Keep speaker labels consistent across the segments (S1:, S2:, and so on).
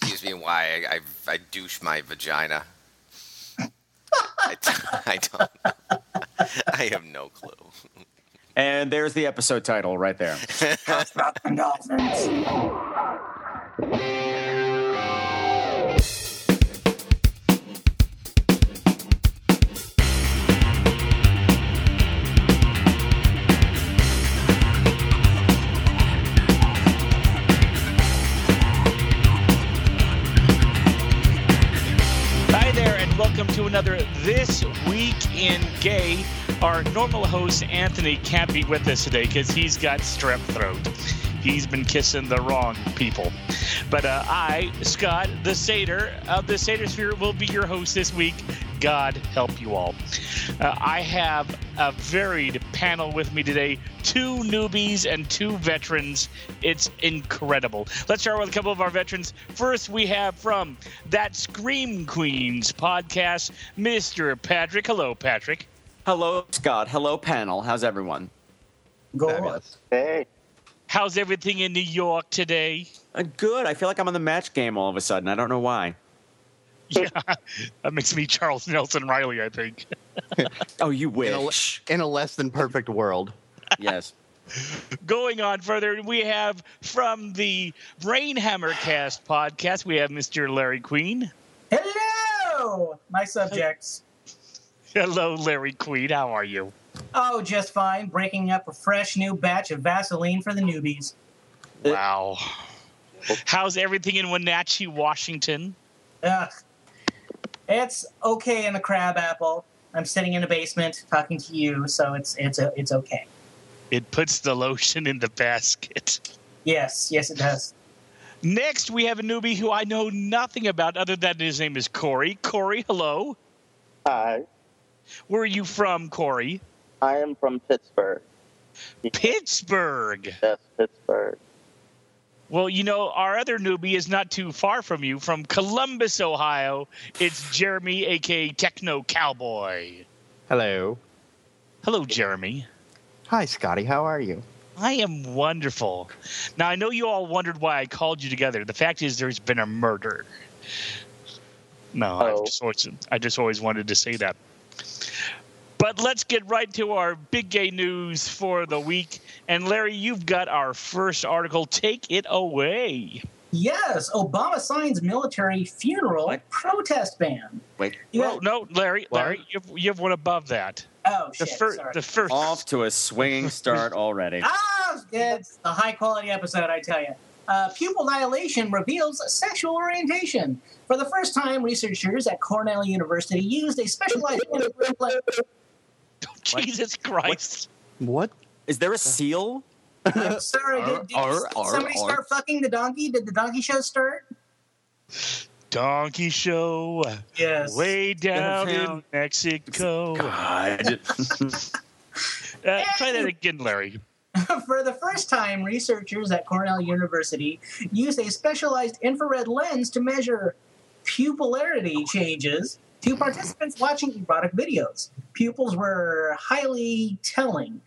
S1: reminds me why I, I, I douche my vagina. I, t- I don't. I have no clue.
S2: And there's the episode title right there.
S3: Hi there, and welcome to another This Week in Gay. Our normal host, Anthony, can't be with us today because he's got strep throat. He's been kissing the wrong people. But uh, I, Scott, the satyr of the Satyr Sphere, will be your host this week. God help you all. Uh, I have a varied panel with me today two newbies and two veterans. It's incredible. Let's start with a couple of our veterans. First, we have from that Scream Queens podcast, Mr. Patrick. Hello, Patrick.
S2: Hello, Scott. Hello, panel. How's everyone?
S4: Go
S5: Fabulous.
S4: Hey.
S3: How's everything in New York today?
S2: Uh, good. I feel like I'm on the match game all of a sudden. I don't know why.
S3: Yeah, that makes me Charles Nelson Riley, I think.
S2: Oh, you
S5: In a,
S2: wish.
S5: in a less than perfect world.
S2: yes.
S3: Going on further, we have from the Brainhammer Cast podcast, we have Mr. Larry Queen.
S4: Hello, my subjects.
S3: Hello, Larry Queen. How are you?
S4: Oh, just fine. Breaking up a fresh new batch of Vaseline for the newbies.
S3: Wow. How's everything in Wenatchee, Washington?
S4: Ugh. It's okay in the crab apple. I'm sitting in a basement talking to you, so it's it's it's okay.
S3: It puts the lotion in the basket.
S4: Yes, yes, it does.
S3: Next, we have a newbie who I know nothing about other than his name is Corey. Corey, hello.
S6: Hi,
S3: Where are you from, Corey?
S6: I am from Pittsburgh.
S3: Pittsburgh.
S6: Yes, Pittsburgh.
S3: Well, you know, our other newbie is not too far from you from Columbus, Ohio. It's Jeremy, aka Techno Cowboy.
S5: Hello.
S3: Hello, Jeremy.
S5: Hi, Scotty. How are you?
S3: I am wonderful. Now, I know you all wondered why I called you together. The fact is, there's been a murder. No, I,
S6: Oh.
S3: just always, I just always wanted to say that. But let's get right to our big gay news for the week. And Larry, you've got our first article. Take it away.
S4: Yes, Obama signs military funeral
S2: What?
S4: protest ban.
S2: Wait.
S4: You
S3: Well,
S4: have-
S3: no, Larry,
S5: What?
S3: Larry, you have, you have one above that.
S4: oh
S3: The
S4: shit!
S3: first,
S4: sorry.
S3: the first.
S2: Off to a swinging start already.
S4: Ah, it's a high quality episode, I tell you. Uh, pupil dilation reveals sexual orientation. For the first time, researchers at Cornell University used a specialized
S3: Jesus Christ!
S5: What?
S2: Is there a seal?
S4: I'm sorry, did, did
S5: Arr, arr,
S4: somebody
S5: arr.
S4: start fucking the donkey? Did the donkey show start?
S3: Donkey show
S4: Yes.
S3: way down in
S2: Downtown.
S3: Mexico.
S2: God.
S3: Uh, try that again, Larry.
S4: For the first time, researchers at Cornell University used a specialized infrared lens to measure pupillarity changes to participants watching erotic videos. Pupils were highly telling.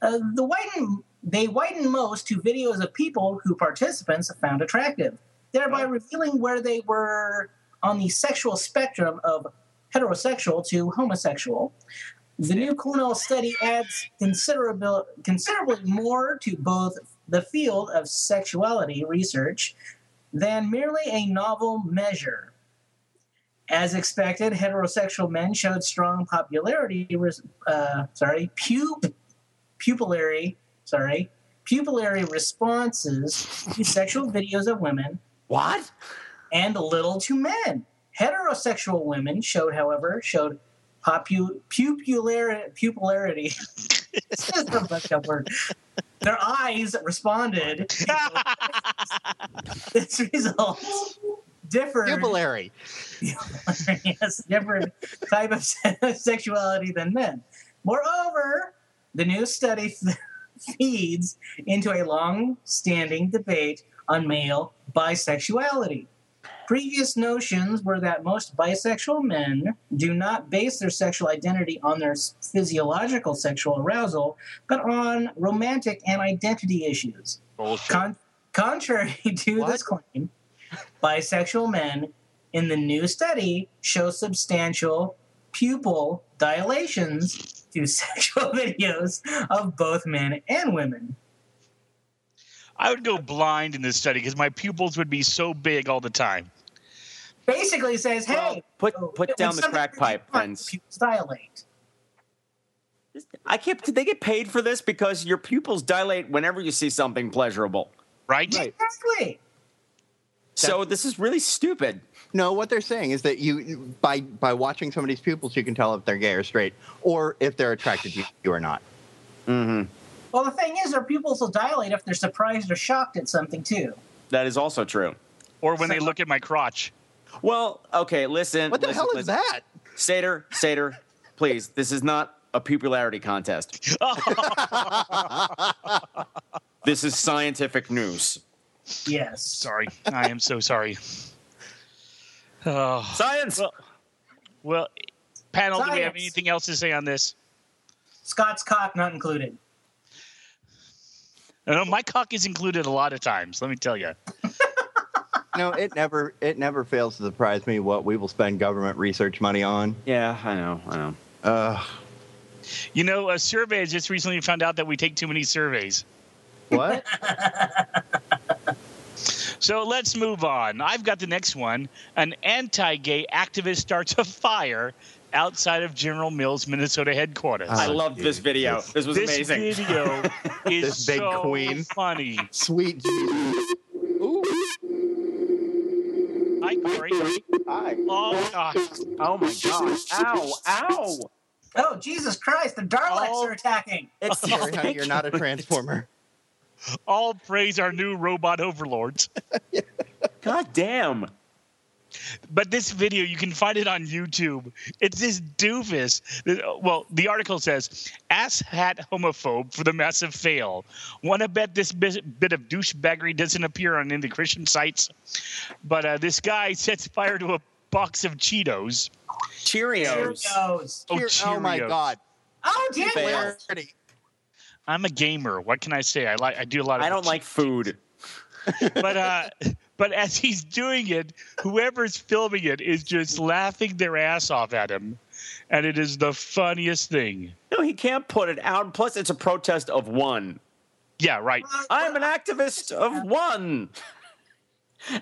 S4: Uh, the widen, they widened most to videos of people who participants found attractive, thereby revealing where they were on the sexual spectrum of heterosexual to homosexual. The new Cornell study adds considerable, considerably more to both the field of sexuality research than merely a novel measure. As expected, heterosexual men showed strong popularity. res- Uh, sorry, pup, pupillary. Sorry, pupillary responses to sexual videos of women
S2: What?
S4: and little to men. Heterosexual women showed, however, showed popu- pupillar- pupillarity. this is a fucked up word. Their eyes responded. this result differed.
S5: Pupillary.
S4: yes, different type of sexuality than men. Moreover, the new study feeds into a long-standing debate on male bisexuality. Previous notions were that most bisexual men do not base their sexual identity on their s- physiological sexual arousal, but on romantic and identity issues.
S3: Bullshit.
S4: Con- contrary to
S5: What?
S4: this claim, bisexual men in the new study show substantial pupil dilations to sexual videos of both men and women.
S3: I would go blind in this study because my pupils would be so big all the time.
S4: Basically says, hey,
S2: Well, put
S4: when
S2: put down the
S4: something
S2: crack
S4: really
S2: pipe,
S4: hurts,
S2: friends.
S4: Pupils dilate.
S2: I can't. Did they get paid for this? Because your pupils dilate whenever you see something pleasurable.
S3: Right?
S5: Right.
S4: Exactly.
S2: So this is really stupid.
S5: No, what they're saying is that you by by watching somebody's pupils, you can tell if they're gay or straight, or if they're attracted to you or not.
S2: Mm-hmm.
S4: Well, the thing is, their pupils will dilate if they're surprised or shocked at something, too.
S2: That is also true.
S3: Or when they look at my crotch.
S2: Well, okay. Listen.
S5: What the
S2: listen,
S5: hell is
S2: listen.
S5: that?
S2: Sater, Sater, please. This is not a popularity contest. this is scientific news.
S4: Yes.
S3: Sorry. I am so sorry. Oh.
S2: Science.
S3: Well- Well, panel, do we have
S4: Science.
S3: anything else to say on this?
S4: Scott's cock not included.
S3: I know my cock is included a lot of times, let me tell you.
S5: No, it never it never fails to surprise me what we will spend government research money on.
S2: yeah, I know. I know.
S5: Uh,
S3: You know, a survey has just recently found out that we take too many surveys.
S5: what?
S3: So let's move on. I've got the next one. An anti gay activist starts a fire outside of General Mills, Minnesota headquarters.
S5: Uh,
S2: I loved
S5: dude,
S2: this video. This, was
S3: this
S2: amazing.
S3: video is
S5: This big
S3: so
S5: queen.
S3: funny.
S5: Sweet Jesus.
S3: Hi, Corey.
S6: Hi.
S3: Oh, God.
S2: Oh my god! Ow! Ow!
S4: Oh, Jesus Christ, the Daleks
S3: Oh.
S4: are attacking.
S2: It's
S5: Sorry, honey, you're not a transformer.
S3: All praise our new robot overlords.
S2: God damn!
S3: But this video, you can find it on YouTube. It's this doofus. Well, the article says, ass hat homophobe for the massive fail. Want to bet this bis- bit of douchebaggery doesn't appear on any of the Christian sites? But uh, this guy sets fire to a box of Cheetos.
S2: Cheerios.
S4: Cheerios.
S3: Oh,
S5: Here- oh my
S3: Cheerios.
S5: God.
S4: Oh,
S2: Fail.
S4: damn.
S5: Clarity.
S3: I'm a gamer. What can I say? I like. I do a lot of.
S2: I don't like food.
S3: but uh, but as he's doing it, whoever's filming it is just laughing their ass off at him, and it is the funniest thing.
S2: No, he can't put it out. Plus, it's a protest of one.
S3: Yeah, right.
S2: I'm an activist of one.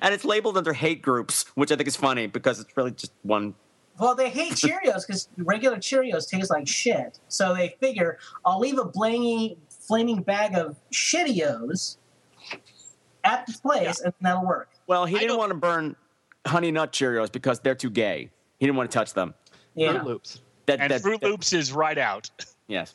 S2: And it's labeled under hate groups, which I think is funny because it's really just one.
S4: Well, they hate Cheerios because regular Cheerios taste like shit. So they figure, I'll leave a blangy, flaming bag of Shittios at the place, and that'll work.
S2: Well, he
S3: I
S2: didn't
S3: don't-
S2: want to burn Honey Nut Cheerios because they're too gay. He didn't want to touch them.
S4: Yeah.
S5: Fruit Loops.
S2: That,
S3: And
S2: that-
S3: Fruit
S2: that-
S3: Loops is right out.
S2: yes.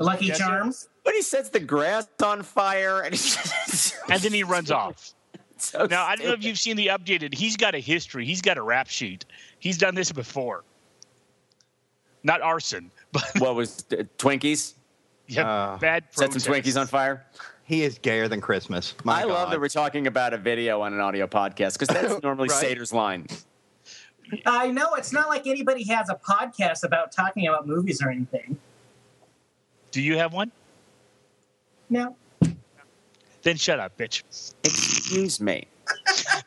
S4: Lucky
S3: Yes, sir.
S4: Charms.
S2: But he sets the grass on fire, and he's just
S3: And then he runs off.
S2: so
S3: Now I don't know if
S2: stupid.
S3: you've seen the updated. He's got a history. He's got a rap sheet. He's done this before. Not arson, but
S2: what was uh, Twinkies?
S3: yeah,
S5: Uh,
S3: bad.
S2: Set some
S3: protests.
S2: Twinkies on fire.
S5: He is gayer than Christmas. My
S2: I love
S5: God.
S2: that we're talking about a video on an audio podcast because that's normally
S5: Right.
S2: Sater's line.
S4: I know it's not like anybody has a podcast about talking about movies or anything.
S3: Do you have one?
S4: No.
S3: Then shut up, bitch.
S2: Excuse me.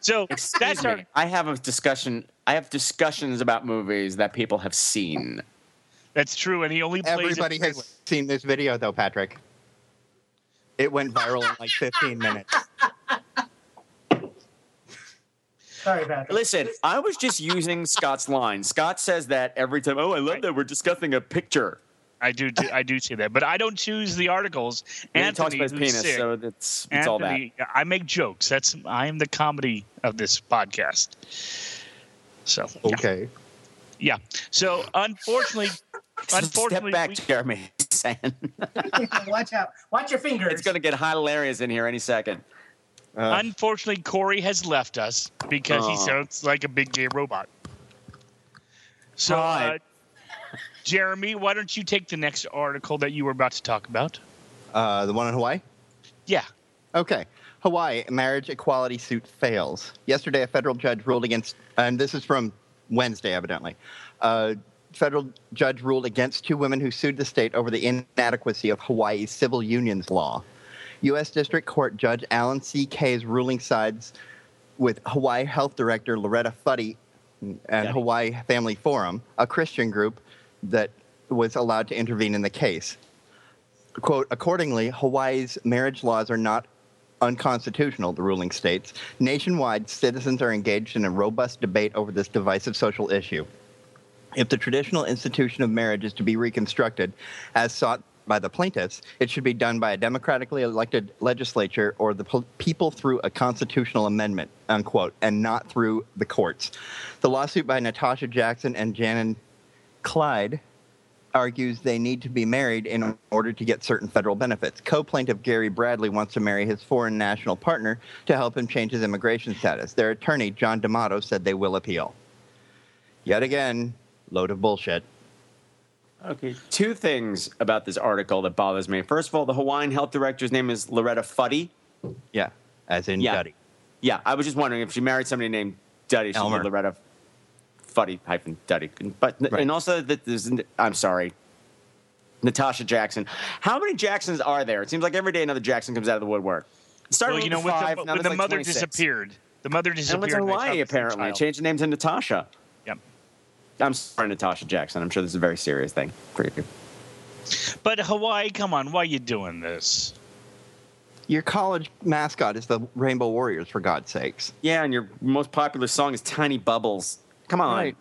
S3: So that's
S2: Excuse
S3: our
S2: me. I have a discussion. I have discussions about movies that people have seen.
S3: That's true, and he only plays. it
S5: Everybody
S3: freely.
S5: has seen this video though, Patrick. It went viral in like 15 minutes.
S4: Sorry, Patrick.
S2: Listen, I was just using Scott's line. Scott says that every time. Oh, I love that we're discussing a picture.
S3: I do, I do see that, but I don't choose the articles.
S2: And he
S3: Anthony
S2: talks about his penis,
S3: who's sick,
S2: so it's it's all that.
S3: Anthony- I make jokes. That's I am the comedy of this podcast. So yeah.
S5: Okay.
S3: yeah. So unfortunately, unfortunately,
S2: Step back,
S3: we-
S2: Jeremy.
S4: Watch out. Watch your fingers.
S2: it's going to get hilarious in here any second.
S5: Uh,
S3: unfortunately, Corey has left us because he
S2: Aw.
S3: sounds like a big gay robot. So,
S2: Hi.
S3: uh, Jeremy, why don't you take the next article that you were about to talk about?
S5: uh, the one in Hawaii?
S3: Yeah.
S5: Okay. Hawaii marriage equality suit fails. Yesterday, a federal judge ruled against, and this is from Wednesday, evidently. Uh, federal judge ruled against two women who sued the state over the inadequacy of Hawaii's civil unions law. U.S. District Court Judge Allen C. K's ruling sides with Hawaii Health Director Loretta Fuddy and Hawaii Family Forum, a Christian group that was allowed to intervene in the case. Quote, accordingly, Hawaii's marriage laws are not unconstitutional, the ruling states. Nationwide, citizens are engaged in a robust debate over this divisive social issue. If the traditional institution of marriage is to be reconstructed, as sought by the plaintiffs, it should be done by a democratically elected legislature or the po- people through a constitutional amendment, unquote, and not through the courts. The lawsuit by Natasha Jackson and Janet Clyde argues they need to be married in order to get certain federal benefits. Co plaintiff Gary Bradley wants to marry his foreign national partner to help him change his immigration status. Their attorney, John D'Amato, said they will appeal. Yet again, load of bullshit.
S2: Okay, two things about this article that bothers me. First of all, the Hawaiian health director's name is Loretta Fuddy.
S5: Yeah, as in
S2: Yeah.
S5: Duddy.
S2: Yeah, I was just wondering if she married somebody named Duddy, she would
S5: Elmer.
S2: be Loretta Fuddy hyphen Duddy. But
S5: Right.
S2: and also that there's I'm sorry, Natasha Jackson. How many Jacksons are there? It seems like every day another Jackson comes out of the woodwork. It started
S3: Well, you know,
S2: with
S3: with
S2: five,
S3: the,
S2: now
S3: when
S2: there's
S3: the
S2: like
S3: mother
S2: 26.
S3: disappeared, the mother
S2: and went
S3: disappeared.
S2: to
S3: and they found
S2: Hawaii
S3: this little
S2: apparently.
S3: child.
S2: Changed the name to Natasha.
S3: Yep.
S2: I'm sorry, Natasha Jackson. I'm sure this is a very serious thing for you.
S3: But Hawaii, come on, why you doing this?
S5: Your college mascot is the Rainbow Warriors, for God's sakes.
S2: Yeah, and your most popular song is Tiny Bubbles. Come on.
S5: Right.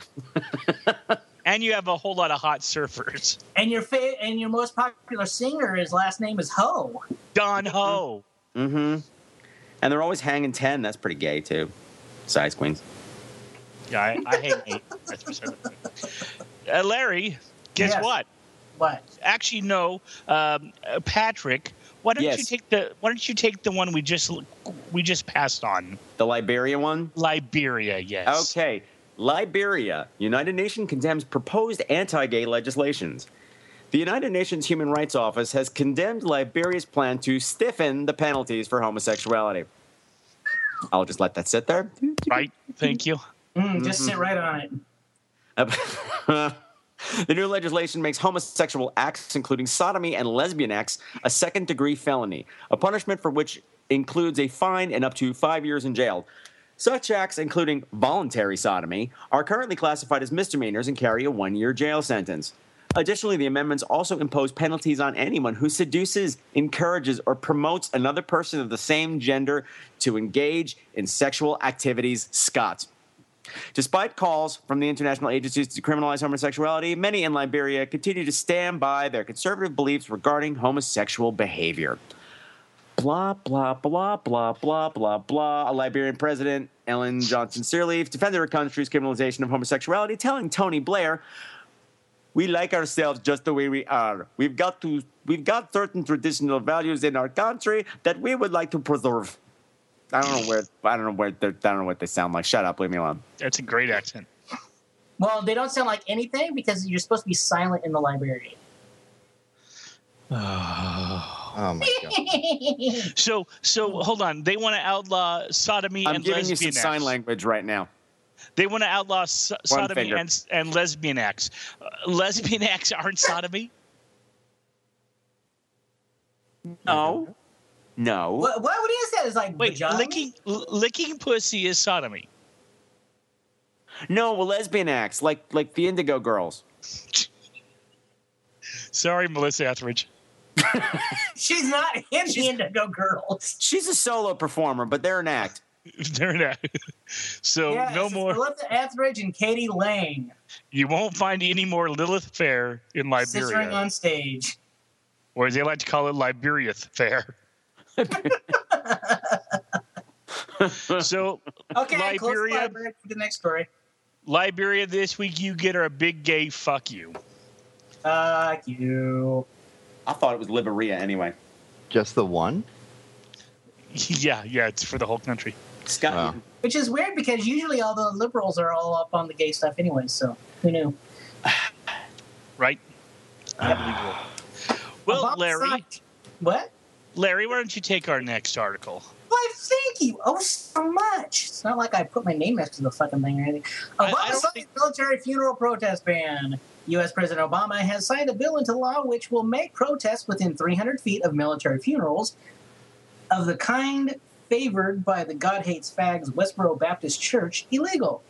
S3: And you have a whole lot of hot surfers.
S4: And your fa- and your most popular singer, his last name is Ho.
S3: Don Ho.
S2: Mm-hmm. And they're always hanging 10. That's pretty gay, too. Size queens. Mm-hmm.
S3: Yeah, I, I hate eight. That's for sure. Uh, Larry, guess
S4: Yes.
S3: what?
S4: What?
S3: Actually, no, um, uh, Patrick. Why don't
S2: Yes.
S3: you take the Why don't you take the one we just we just passed on
S2: The Liberia one?
S3: Liberia? Yes.
S2: Okay. Liberia. United Nations condemns proposed anti gay legislations. The United Nations Human Rights Office has condemned Liberia's plan to stiffen the penalties for homosexuality. I'll just let that sit there.
S3: Right. Thank you.
S4: Mm, just sit right on it.
S2: the new legislation makes homosexual acts, including sodomy and lesbian acts, a second degree felony, a punishment for which includes a fine and up to five years in jail. Such acts, including voluntary sodomy, are currently classified as misdemeanors and carry a one year jail sentence. Additionally, the amendments also impose penalties on anyone who seduces, encourages, or promotes another person of the same gender to engage in sexual activities. Scott. Despite calls from the international agencies to criminalize homosexuality, many in Liberia continue to stand by their conservative beliefs regarding homosexual behavior. Blah, blah, blah, blah, blah, blah, blah. A Liberian president, Ellen Johnson Sirleaf, defended her country's criminalization of homosexuality, telling Tony Blair, we like ourselves just the way we are. We've got to we've got certain traditional values in our country that we would like to preserve. I don't know where I don't know where they're- I don't know what they sound like. Shut up, leave me alone.
S3: That's a great accent.
S4: Well, they don't sound like anything because you're supposed to be silent in the library.
S5: Oh my God.
S3: So so hold on. They want to outlaw sodomy
S2: I'm
S3: and
S2: giving you
S3: lesbian
S2: some
S3: acts.
S2: sign language right now.
S3: They want to outlaw so-
S2: One
S3: sodomy
S2: finger.
S3: and, and lesbian acts. Uh, lesbian acts aren't sodomy.
S2: No. No.
S4: what, what would he have said? It's like
S3: Wait,
S4: vagina?
S3: licking l- licking pussy is sodomy.
S2: No, well, lesbian acts, like like the Indigo Girls.
S3: Sorry, Melissa Etheridge.
S4: She's not in the Indigo Girls.
S2: She's a solo performer, but they're an act.
S3: They're not. So
S4: Yeah,
S3: no
S4: it's
S3: more.
S4: Melissa Etheridge and Katie Lang
S3: You won't find any more Lilith Fair in
S4: sistering
S3: Liberia,
S4: on stage.
S3: or as they like to call it, Liberiath Fair. so
S4: Okay, close the
S3: Liberia.
S4: library for the next story.
S3: Liberia this week, you get our big gay fuck you.
S4: Fuck you.
S2: I thought it was Liberia anyway.
S5: Just the one?
S3: yeah, yeah, it's for the whole country.
S2: Scott,
S5: Wow.
S4: Which is weird because usually all the liberals are all up on the gay stuff anyway, so who knew?
S3: right? Unbelievable. Well,
S4: Obama
S3: Larry,
S4: sucked. What?
S3: Larry, why don't you take our next article?
S4: Why, thank you. Oh, so much. It's not like I put my name next to the fucking thing or anything.
S3: I- I
S4: Obama
S3: don't
S4: signed
S3: think-
S4: military funeral protest ban. U.S. President Obama has signed a bill into law which will make protests within 300 feet of military funerals of the kind favored by the God Hates Fags Westboro Baptist Church illegal.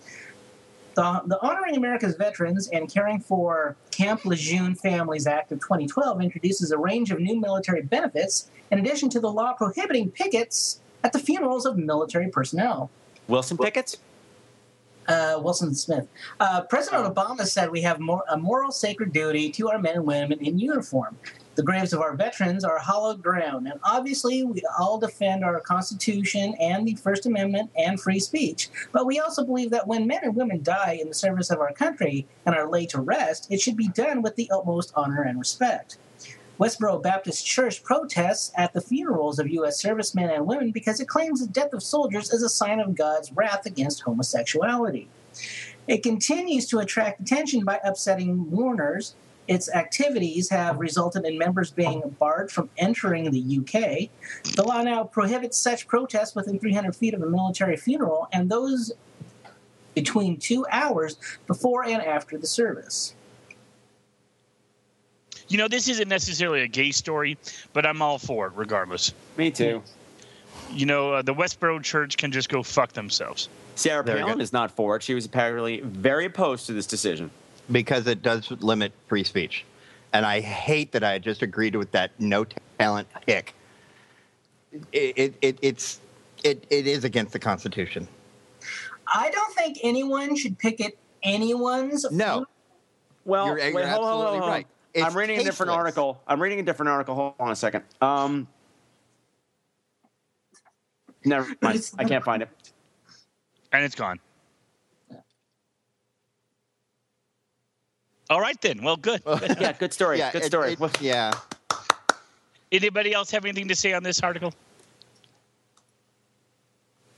S4: The, the Honoring America's Veterans and Caring for Camp Lejeune Families Act of 2012 introduces a range of new military benefits in addition to the law prohibiting pickets at the funerals of military personnel.
S2: Wilson Pickett?
S4: Uh, Wilson Smith. Uh, President Obama said we have mor- a moral sacred duty to our men and women in uniform. The graves of our veterans are hallowed ground, and obviously we all defend our Constitution and the First Amendment and free speech. But we also believe that when men and women die in the service of our country and are laid to rest, it should be done with the utmost honor and respect. Westboro Baptist Church protests at the funerals of U.S. servicemen and women because it claims the death of soldiers is a sign of God's wrath against homosexuality. It continues to attract attention by upsetting mourners. Its activities have resulted in members being barred from entering the UK. The law now prohibits such protests within 300 feet of a military funeral and those between two hours before and after the service.
S3: You know, this isn't necessarily a gay story, but I'm all for it regardless.
S2: Me too.
S3: You know, uh, the Westboro Church can just go fuck themselves.
S2: Sarah
S5: There we
S2: Palin
S5: go.
S2: is not for it. She was apparently very opposed to this decision.
S5: because it does limit free speech. And I hate that I just agreed with that no talent hick. It, it, it, it's, it, it is against the Constitution.
S4: I don't think anyone should picket anyone's.
S5: No,
S2: Well,
S5: You're- you're
S2: wait, hold, on, hold, on,
S5: absolutely
S2: hold on.
S5: right. It's
S2: I'm reading a different
S5: tasteless.
S2: article. I'm reading a different article. Hold on a second. Um, never mind. I can't find it.
S3: And it's gone. All right, then. Well, good.
S2: Yeah, good story.
S5: yeah,
S2: good
S5: it-
S2: story.
S5: it- yeah,
S3: Anybody else have anything to say on this article?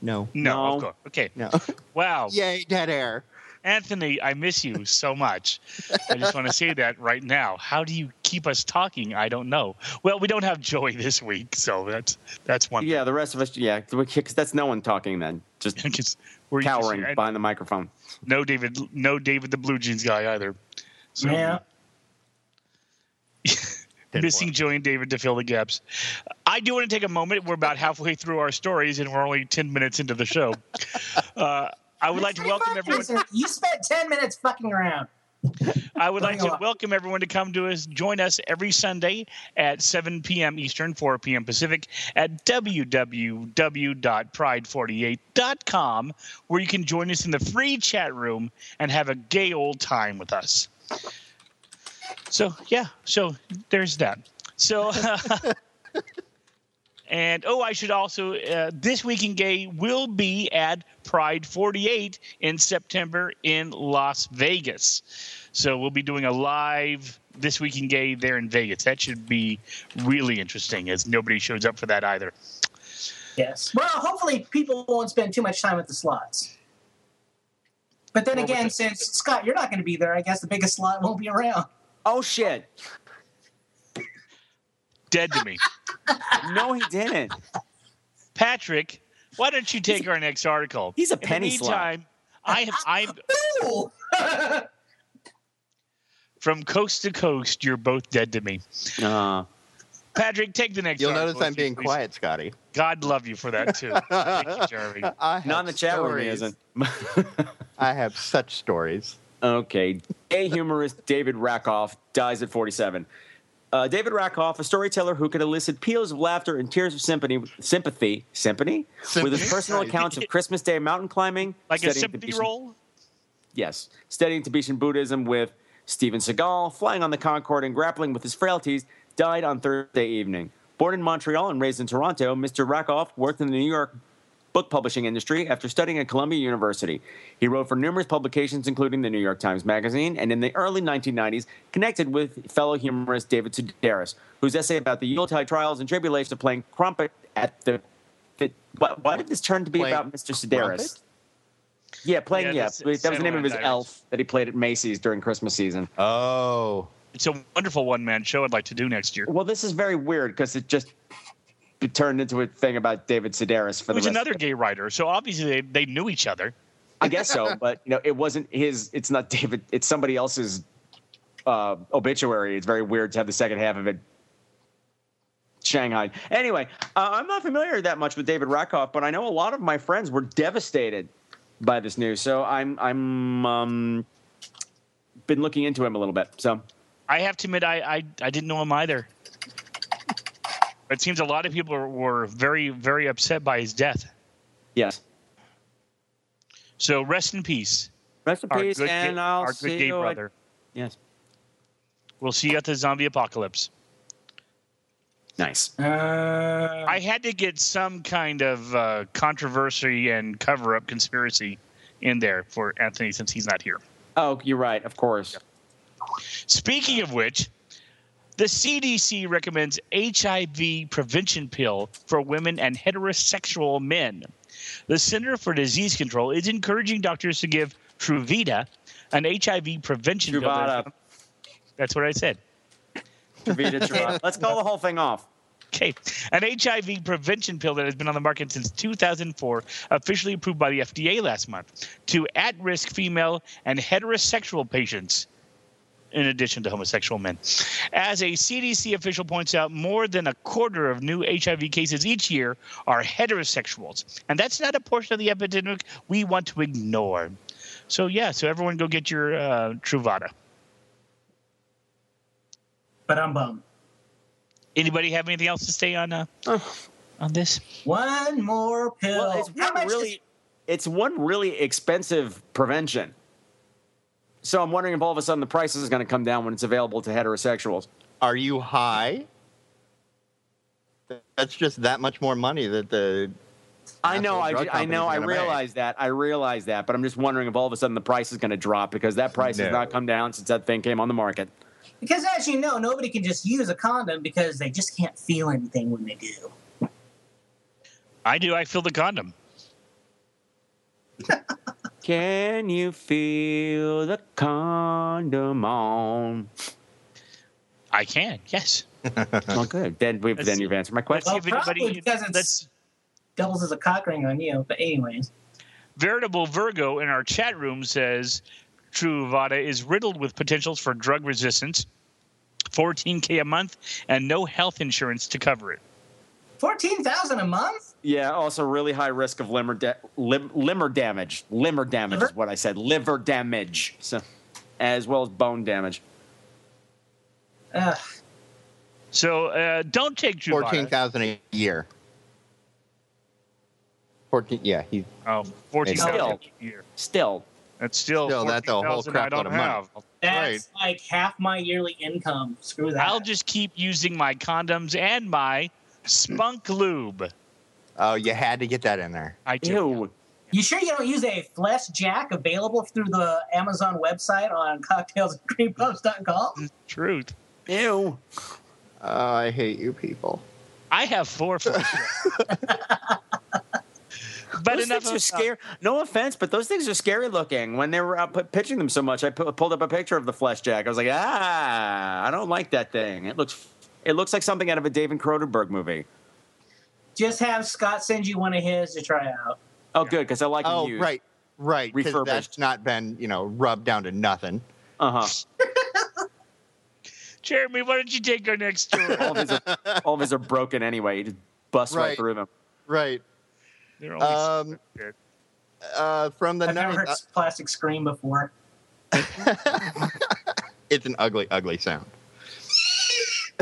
S5: no,
S3: No.
S2: No.
S3: Of course. Okay.
S5: no.
S3: Wow.
S5: Yay, dead air.
S3: Anthony, I miss you so much. I just want to say that right now. How do you keep us talking? I don't know. Well, we don't have Joey this week, so that's that's one.
S2: yeah, the rest of us. Yeah, because that's no one talking then. Just
S3: Because we're just-
S2: cowering
S3: and
S2: behind the microphone.
S3: no David, no David the Blue Jeans guy either. So
S4: Yeah.
S3: missing Joey and David to fill the gaps. I do want to take a moment. We're about halfway through our stories, and we're only ten minutes into the show. Uh, I would like to welcome everyone.
S4: You spent 10 minutes fucking around.
S3: I would like
S4: Hang
S3: to
S4: on.
S3: welcome everyone to come to us, join us every Sunday at 7 p.m. Eastern, 4 p.m. Pacific at www.pride48.com, where you can join us in the free chat room and have a gay old time with us. So, yeah, so there's that. So, and oh, I should also, uh, this week in gay will be at Pride 48 in September in Las Vegas. So we'll be doing a live this week in gay there in Vegas. That should be really interesting, as nobody shows up for that either.
S4: Yes. Well, hopefully people won't spend too much time at the slots. But then
S3: Well,
S4: again,
S3: but-
S4: since Scott, you're not going to be there, I guess the biggest slot won't be around.
S2: Oh shit!
S3: Dead to me,
S2: No, he didn't.
S3: Patrick. Why don't you take our next article?
S2: He's a
S3: In
S2: penny
S3: the
S2: slot.
S3: meantime, I have I'm
S4: Ooh.
S3: from coast to coast. You're both dead to me,
S2: Uh,
S3: Patrick. Take the next.
S5: You'll
S3: article
S5: notice I'm
S3: if you
S5: being
S3: please.
S5: quiet, Scotty.
S3: God love you for that too. Thank you, Jeremy.
S5: I have
S2: not in the chat room, he
S5: stories.
S2: isn't.
S5: I have such stories.
S2: Okay. Gay humorist David Rakoff dies at 47. Uh, David Rakoff, a storyteller who could elicit peals of laughter and tears of sympathy, sympathy, sympathy, with his
S5: Sympathy?
S2: personal
S5: Nice.
S2: accounts of Christmas Day mountain climbing,
S3: Like a
S2: studying
S3: sympathy
S2: Tibetan-
S3: roll.
S2: yes, studying Tibetan Buddhism with Steven Seagal, flying on the Concorde and grappling with his frailties, died on Thursday evening. Born in Montreal and raised in Toronto, Mr. Rakoff worked in the New York book publishing industry after studying at Columbia University. He wrote for numerous publications, including the New York Times Magazine, and in the early 1990s, connected with fellow humorist David Sedaris, whose essay about the Yuletide trials and tribulations of playing crumpet at the. the why, why did this turn to be
S5: Playing
S2: about Mr. Sedaris?
S5: crumpet?
S2: Yeah, playing,
S3: Yeah,
S2: yeah.
S3: that's-
S2: that was the name of his
S3: Saturday Night
S2: elf that he played at Macy's during Christmas season.
S5: Oh,
S3: It's a wonderful one man show. I'd like to do next year.
S2: Well, this is very weird because it just it turned into a thing about David Sedaris for the
S3: Who's
S2: rest
S3: another gay writer? So obviously they, they knew each other.
S2: I guess so, but you know, it wasn't his. It's not David. It's somebody else's uh, obituary. It's very weird to have the second half of it Shanghai. Anyway, uh, I'm not familiar that much with David Rakoff, but I know a lot of my friends were devastated by this news. So I'm I'm um, been looking into him a little bit. So
S3: I have to admit, I, I, I didn't know him either. It seems a lot of people were- were very, very upset by his death.
S2: yes,
S3: So rest in peace,
S2: rest in
S3: our
S2: peace,
S3: good, gay-
S2: and I'll
S3: our good
S2: see
S3: gay
S2: you. at-
S3: brother.
S2: yes,
S3: We'll see you at the zombie apocalypse.
S2: nice.
S4: Uh,
S3: I had to get some kind of uh, controversy and cover up conspiracy in there for Anthony since he's not here.
S2: Oh, you're right. Of course.
S3: Speaking of which, the CDC recommends HIV prevention pill for women and heterosexual men. The Center for Disease Control is encouraging doctors to give Truvita, an HIV prevention
S2: Truvada,
S3: pill. That's what I said.
S2: Truvada, Truvada. Let's call the whole thing off.
S3: Okay. An HIV prevention pill that has been on the market since 2004, officially approved by the FDA last month to at risk female and heterosexual patients, in addition to homosexual men. As a CDC official points out, more than a quarter of new HIV cases each year are heterosexuals. And that's not a portion of the epidemic we want to ignore. So, yeah, so everyone go get your uh, Truvada.
S4: but I'm bummed.
S3: Anybody have anything else to say on, uh, on this?
S4: One more pill.
S2: Well, it's
S4: How
S2: one
S4: much
S2: really, it's one really expensive prevention. So I'm wondering if all of a sudden the price is going to come down when it's available to heterosexuals.
S5: Are you high? That's just that much more money that the.
S2: I know,
S5: Apple drug
S2: I, I know, I
S5: company's gonna
S2: realize that, I realize that, but I'm just wondering if all of a sudden the price is going to drop because that price has
S5: No.
S2: not come down since that thing came on the market.
S4: does- because as you know, nobody can just use a condom because they just can't feel anything when they do.
S3: I do. I feel the condom.
S2: Can you feel the condom on?
S3: I can, yes.
S2: Well, good. Then we
S3: Let's
S2: then
S3: see.
S2: you've answered my
S3: Let's
S2: question.
S3: see if
S4: probably
S3: anybody.
S4: because it's-
S3: Let's
S4: Doubles as a cock ring on you. But anyways,
S3: veritable Virgo in our chat room says Truvada is riddled with potentials for drug resistance, 14k a month, and no health insurance to cover it.
S4: fourteen thousand a month.
S2: Yeah. Also, really high risk of liver da- lim- liver damage. Liver damage is
S4: Liver?
S2: what I said. Liver damage. So, as well as bone damage.
S4: Ugh.
S3: So uh, don't take Truvada.
S5: 14,000 a year. 14, yeah. He,
S3: Oh, 14,000
S2: Still.
S3: a year.
S2: Still,
S3: That's still,
S5: Still, that's a whole
S3: 14,000 I
S5: crapload
S3: don't
S5: of money.
S3: have.
S4: That's like half my yearly income. Screw that.
S3: I'll just keep using my condoms and my spunk lube.
S5: oh, you had to get that in there.
S3: I do.
S2: ew.
S4: You sure you don't use a flesh jack available through the Amazon website on
S3: Mm-hmm.
S4: cocktailsandcreampuffs.com?
S3: Truth.
S2: Ew.
S5: Oh, I hate you people.
S3: I have four for sure. but
S2: those
S3: enough
S2: things are
S3: of
S2: scary. No offense, but those things are scary looking. When they were out put, pitching them so much, I pu- pulled up a picture of the flesh jack. I was like, ah, I don't like that thing. It looks, it looks like something out of a David Cronenberg movie.
S4: Just have Scott send you one of his to try out.
S2: Oh, good, because I like.
S5: Oh,
S2: used.
S5: right. Right. Because that's
S2: Refurbished.
S5: not been, you know, rubbed down to nothing.
S2: Uh huh.
S3: Jeremy, why don't you take our next story?
S2: All of his are, all of his are broken anyway. You just bust right,
S5: Right.
S2: through them.
S5: Right.
S3: They're always-
S5: Um, uh, from the
S4: I've never heard
S5: ninth,
S4: plastic scream before.
S5: it's an ugly, ugly sound.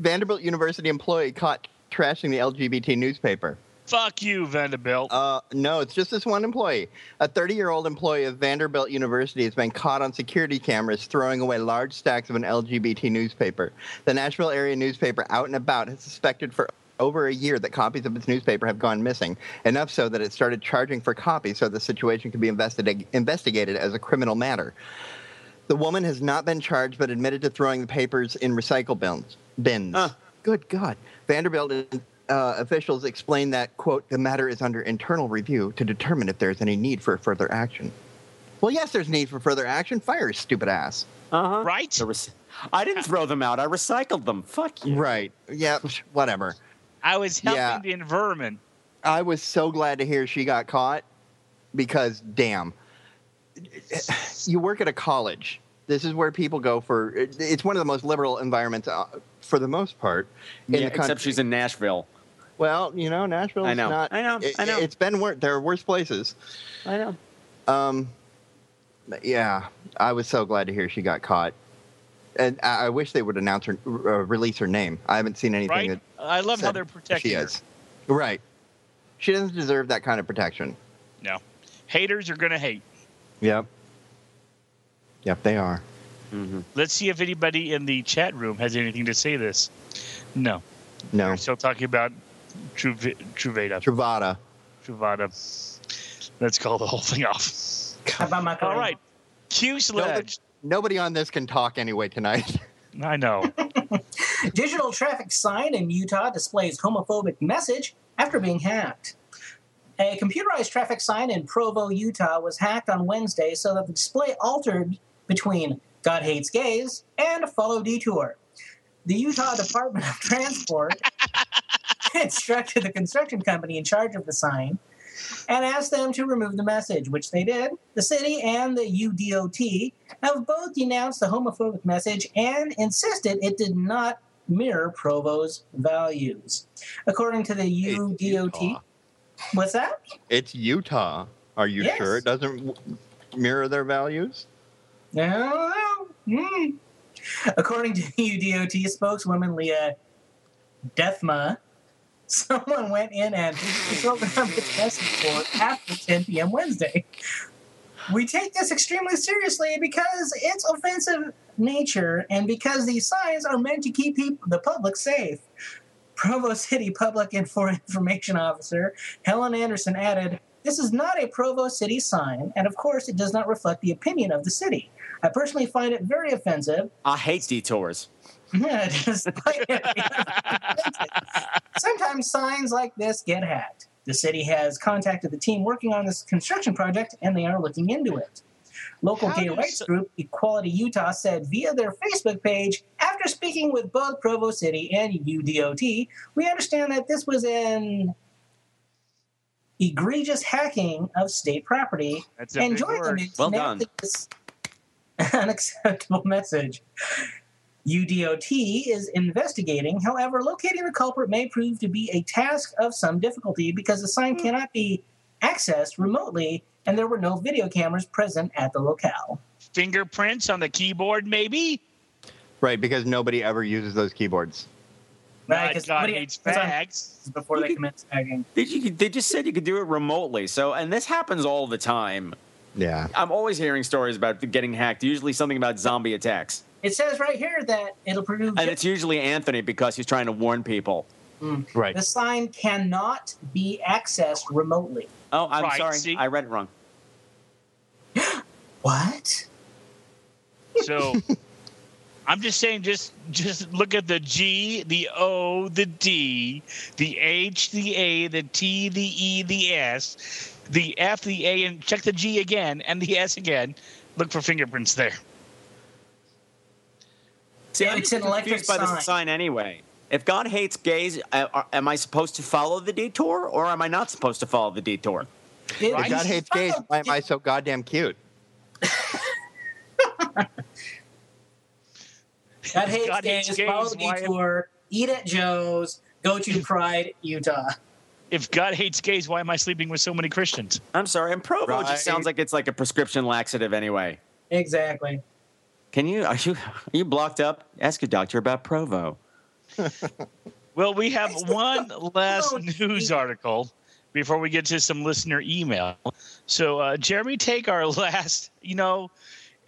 S5: Vanderbilt University employee caught trashing the LGBT newspaper.
S3: Fuck you, Vanderbilt.
S5: Uh, no, it's just this one employee. A 30 year old employee of Vanderbilt University has been caught on security cameras throwing away large stacks of an LGBT newspaper. The Nashville area newspaper Out and About has suspected for over a year that copies of its newspaper have gone missing, enough so that it started charging for copies so the situation could be investig- investigated as a criminal matter. The woman has not been charged but admitted to throwing the papers in recycle bins. bins.
S2: Huh.
S5: Good God. Vanderbilt uh, officials explained that, quote, the matter is under internal review to determine if there's any need for further action. Well, yes, there's need for further action. Fire his stupid ass.
S2: Uh huh.
S3: right?
S2: The rec- I didn't throw them out. I recycled them. Fuck you.
S5: Right. Yeah, psh, whatever.
S3: I was helping
S5: Yeah.
S3: the environment.
S5: I was so glad to hear she got caught because, damn, you work at a college. This is where people go for. it- It's one of the most liberal environments uh, for the most part. In
S2: Yeah,
S5: the country.
S2: except she's in Nashville.
S5: Well, you know, Nashville's
S2: I know.
S5: not.
S2: I know.
S5: It,
S2: I know.
S5: It's been wor- there are worse places.
S2: I know.
S5: Um, but yeah, I was so glad to hear she got caught, and I, I wish they would announce her, uh, release her name. I haven't seen anything
S3: right?
S5: that
S3: I love how
S5: said
S3: they're protecting
S5: she
S3: her.
S5: is. Right. She doesn't deserve that kind of protection.
S3: No, haters are gonna hate.
S5: Yep. Yep, they are.
S2: Mm-hmm.
S3: Let's see if anybody in the chat room has anything to say. This, no,
S5: No,
S3: we're still talking about Truv- Truvada.
S5: Travada.
S3: Truvada. Let's call the whole thing off.
S4: How about my
S3: All right, Q sledge.
S5: Nobody on this can talk anyway tonight.
S3: I know.
S4: Digital traffic sign in Utah displays homophobic message after being hacked. A computerized traffic sign in Provo, Utah was hacked on Wednesday so that the display altered between God hates gays and follow detour. The Utah Department of Transport instructed the construction company in charge of the sign and asked them to remove the message, which they did. The city and the UDOT have both denounced the homophobic message and insisted it did not mirror Provo's values. According to the
S5: It's
S4: UDOT,
S5: Utah.
S4: what's that?
S5: It's Utah. Are you
S4: Yes.
S5: sure it doesn't w- mirror their values?
S4: Oh, hmm. According to UDOT spokeswoman Leah Defma, uh, someone went in and programmed its message board after 10 p.m. Wednesday. We take this extremely seriously because its offensive nature and because these signs are meant to keep peop the public safe. Provo City Public Infor- Information Officer Helen Anderson added, This is not a Provo City sign, and of course, it does not reflect the opinion of the city. I personally find it very offensive.
S2: I hate detours.
S4: despite Sometimes signs like this get hacked. The city has contacted the team working on this construction project, and they are looking into it. Local
S3: How
S4: gay
S3: does-
S4: rights group Equality Utah said via their Facebook page after speaking with both Provo City and UDOT, we understand that this was an egregious hacking of state property
S3: That's a
S4: and
S3: big
S4: Jordan
S3: word.
S4: is
S2: Well
S4: now
S2: done.
S4: this unacceptable message. UDOT is investigating. However, locating the culprit may prove to be a task of some difficulty because the sign cannot be accessed remotely, and there were no video cameras present at the locale.
S3: Fingerprints on the keyboard, maybe.
S5: Right, because nobody ever uses those keyboards.
S4: Right,
S3: God,
S4: 'cause
S3: God
S4: nobody-
S3: hates
S4: that's on-
S3: fags.
S4: Before they commenced tagging,
S2: They, ju- they just said you could do it remotely. So, and this happens all the time.
S5: Yeah.
S2: I'm always hearing stories about getting hacked. Usually something about zombie attacks,
S4: it says right here that it'll produce.
S2: and it's usually Anthony because he's trying to warn people.
S4: Mm.
S5: Right.
S4: the sign cannot be accessed remotely.
S2: Oh, I'm
S3: Right,
S2: sorry,
S3: see?
S2: I read it wrong.
S4: What?
S3: So I'm just saying, just just look at the G, the O, the D, the H, the A, the T, the E, the S, the F, the A, and check the G again and the S again. Look for fingerprints there.
S2: See, I'm
S4: It's
S2: just
S4: an electric
S2: confused by
S4: sign.
S2: the sign anyway. If God hates gays, uh, are- am I supposed to follow the detour, or am I not supposed to follow the detour?
S4: Did
S5: If
S3: Right.
S5: God hates gays, why am I so goddamn cute?
S4: God hates
S3: God
S4: gays,
S3: hates gays,
S4: follow the
S3: why-
S4: detour, eat at Joe's, go to Pride, Utah.
S3: If God hates gays, why am I sleeping with so many Christians?
S2: I'm sorry, and Provo
S5: Right.
S2: just sounds like it's like a prescription laxative anyway.
S4: Exactly.
S2: Can you are you are you blocked up? Ask your doctor about Provo.
S3: Well, we have one last
S4: Oh,
S3: news
S4: geez.
S3: article before we get to some listener email. So, uh, Jeremy, take our last. You know,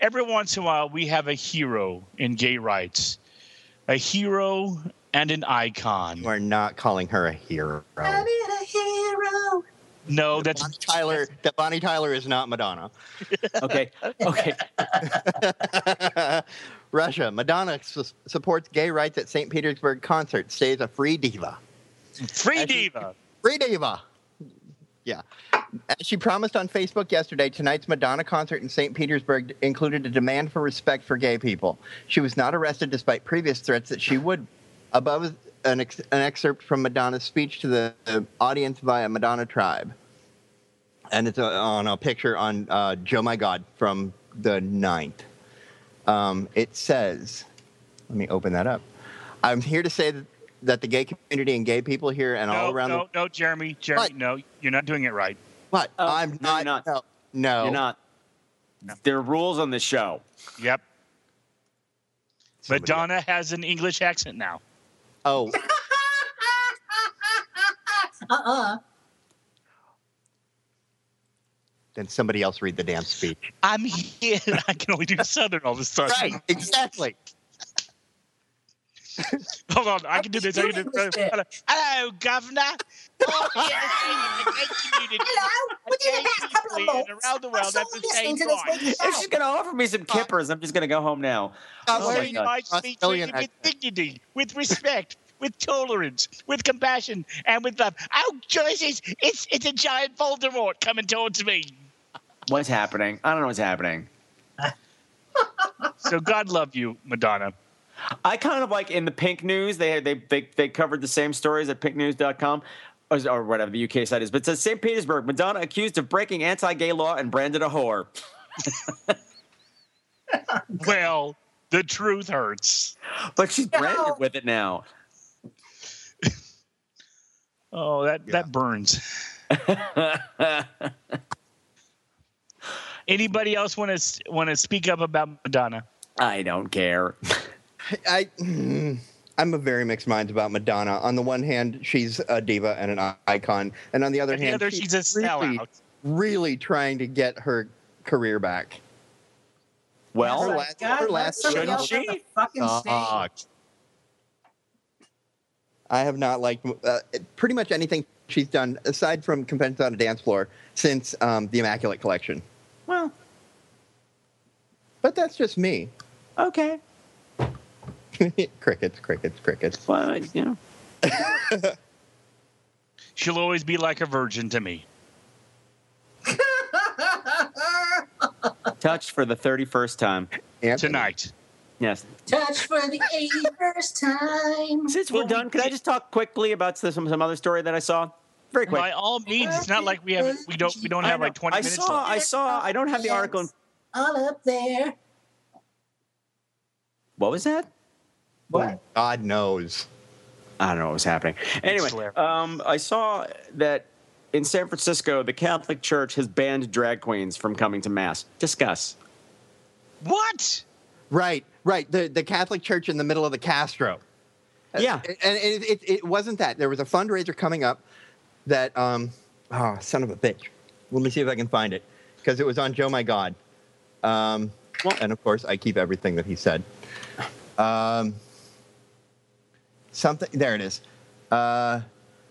S3: every once in a while we have a hero in gay rights, a hero and an icon.
S5: You are not calling her a hero.
S4: I need a hero.
S3: No,
S5: Bonnie
S3: that's
S5: Tyler. That Bonnie Tyler is not Madonna.
S2: Okay, okay.
S5: Russia. Madonna su- supports gay rights at St. Petersburg concert. Stays a free diva.
S3: free
S5: Actually-
S3: diva.
S5: Free diva. Yeah. As she promised on Facebook yesterday, tonight's Madonna concert in St. Petersburg included a demand for respect for gay people. She was not arrested despite previous threats that she would. Above is an, ex- an excerpt from Madonna's speech to the, the audience via Madonna Tribe. And it's uh on a picture on uh, Joe My God from the 9th. Um, it says, let me open that up. I'm here to say that, that the gay community and gay people here and all
S3: no,
S5: around
S3: no, no, Jeremy, Jeremy,
S5: What?
S3: no, you're not doing it right.
S5: the what?
S2: Oh,
S5: I'm
S2: no, you're
S5: not. No, no.
S2: You're not. There are rules on this show.
S3: Yep.
S5: Somebody-
S3: Madonna has an English accent now.
S5: Oh,
S4: Uh uh
S5: then somebody else read the damn speech.
S3: I'm here. I can only do Southern all of a sudden.
S5: Right, exactly.
S2: Oh,
S3: Hold on, I can do this. I can do
S4: Doing
S3: this.
S4: this
S3: Hello, Governor. Oh, yes, the gay community.
S4: Hello. Within the past couple of
S3: And
S4: months,
S3: around the
S4: I'm
S3: world
S4: so
S3: at the same
S4: listening to
S3: time.
S4: this week's
S2: If she's
S4: show.
S2: going to offer me some kippers, I'm just going to go home now. Oh my
S3: Wearing
S2: God.
S3: my speech
S5: Australian
S3: with, with dignity, with respect, with tolerance, with compassion, and with love. Oh, Jesus, it's it's a giant Voldemort coming towards me.
S2: What's happening? I don't know what's happening.
S3: So God love you, Madonna.
S2: I kind of like in the Pink News. They they they, they covered the same stories at pinknews.com or, or whatever the UK site is. But it says St. Petersburg, Madonna accused of breaking anti-gay law and branded a whore.
S3: Well, the truth hurts.
S2: But she's
S4: No.
S2: branded with it now.
S3: Oh, that
S5: Yeah.
S3: that burns. Anybody else want to want to speak up about Madonna?
S2: I don't care.
S5: I, mm, I'm of very mixed minds about Madonna. On the one hand, she's a diva and an icon, and on the other
S3: On the
S5: hand,
S3: other, she's a
S5: really,
S3: sellout.
S5: really trying to get her career back.
S2: Well,
S5: Her
S4: my
S5: last-
S4: God,
S5: her
S4: let
S5: last-
S4: somebody
S2: shouldn't
S4: else on
S2: she?
S4: the Fucking stage.
S5: I have not liked uh, pretty much anything she's done aside from Confessions on a Dance Floor since um, the Immaculate Collection.
S2: well,
S5: But that's just me.
S2: okay.
S5: crickets, crickets, crickets.
S2: Well, you know.
S3: She'll always be like a virgin to me.
S2: Touched for the 31st time.
S5: Anthony.
S3: Tonight,
S2: Yes.
S4: Touch for the 81st time.
S2: Since we're
S3: Well, we
S2: done, can I
S3: did-
S2: just talk quickly about some, some other story that I saw? Very quick.
S3: by all means, it's not like we have we don't we don't
S2: I
S3: have
S2: know.
S3: like twenty
S2: I
S3: minutes
S2: saw,
S3: left.
S2: I saw, I don't have the article. In,
S4: All up there.
S2: what was that?
S4: What?
S5: God knows.
S2: I don't know what was happening. Anyway,
S3: hilarious.
S2: um, I saw that in San Francisco, the Catholic Church has banned drag queens from coming to mass. Discuss.
S3: What?
S5: Right, right. The the Catholic Church in the middle of the Castro.
S2: Yeah.
S5: and and it, it, it wasn't that. There was a fundraiser coming up that um oh son of a bitch. Let me see if I can find it because it was on Joe My God. Um,
S2: Well-
S5: and of course I keep everything that he said. Um, something there it is. Uh,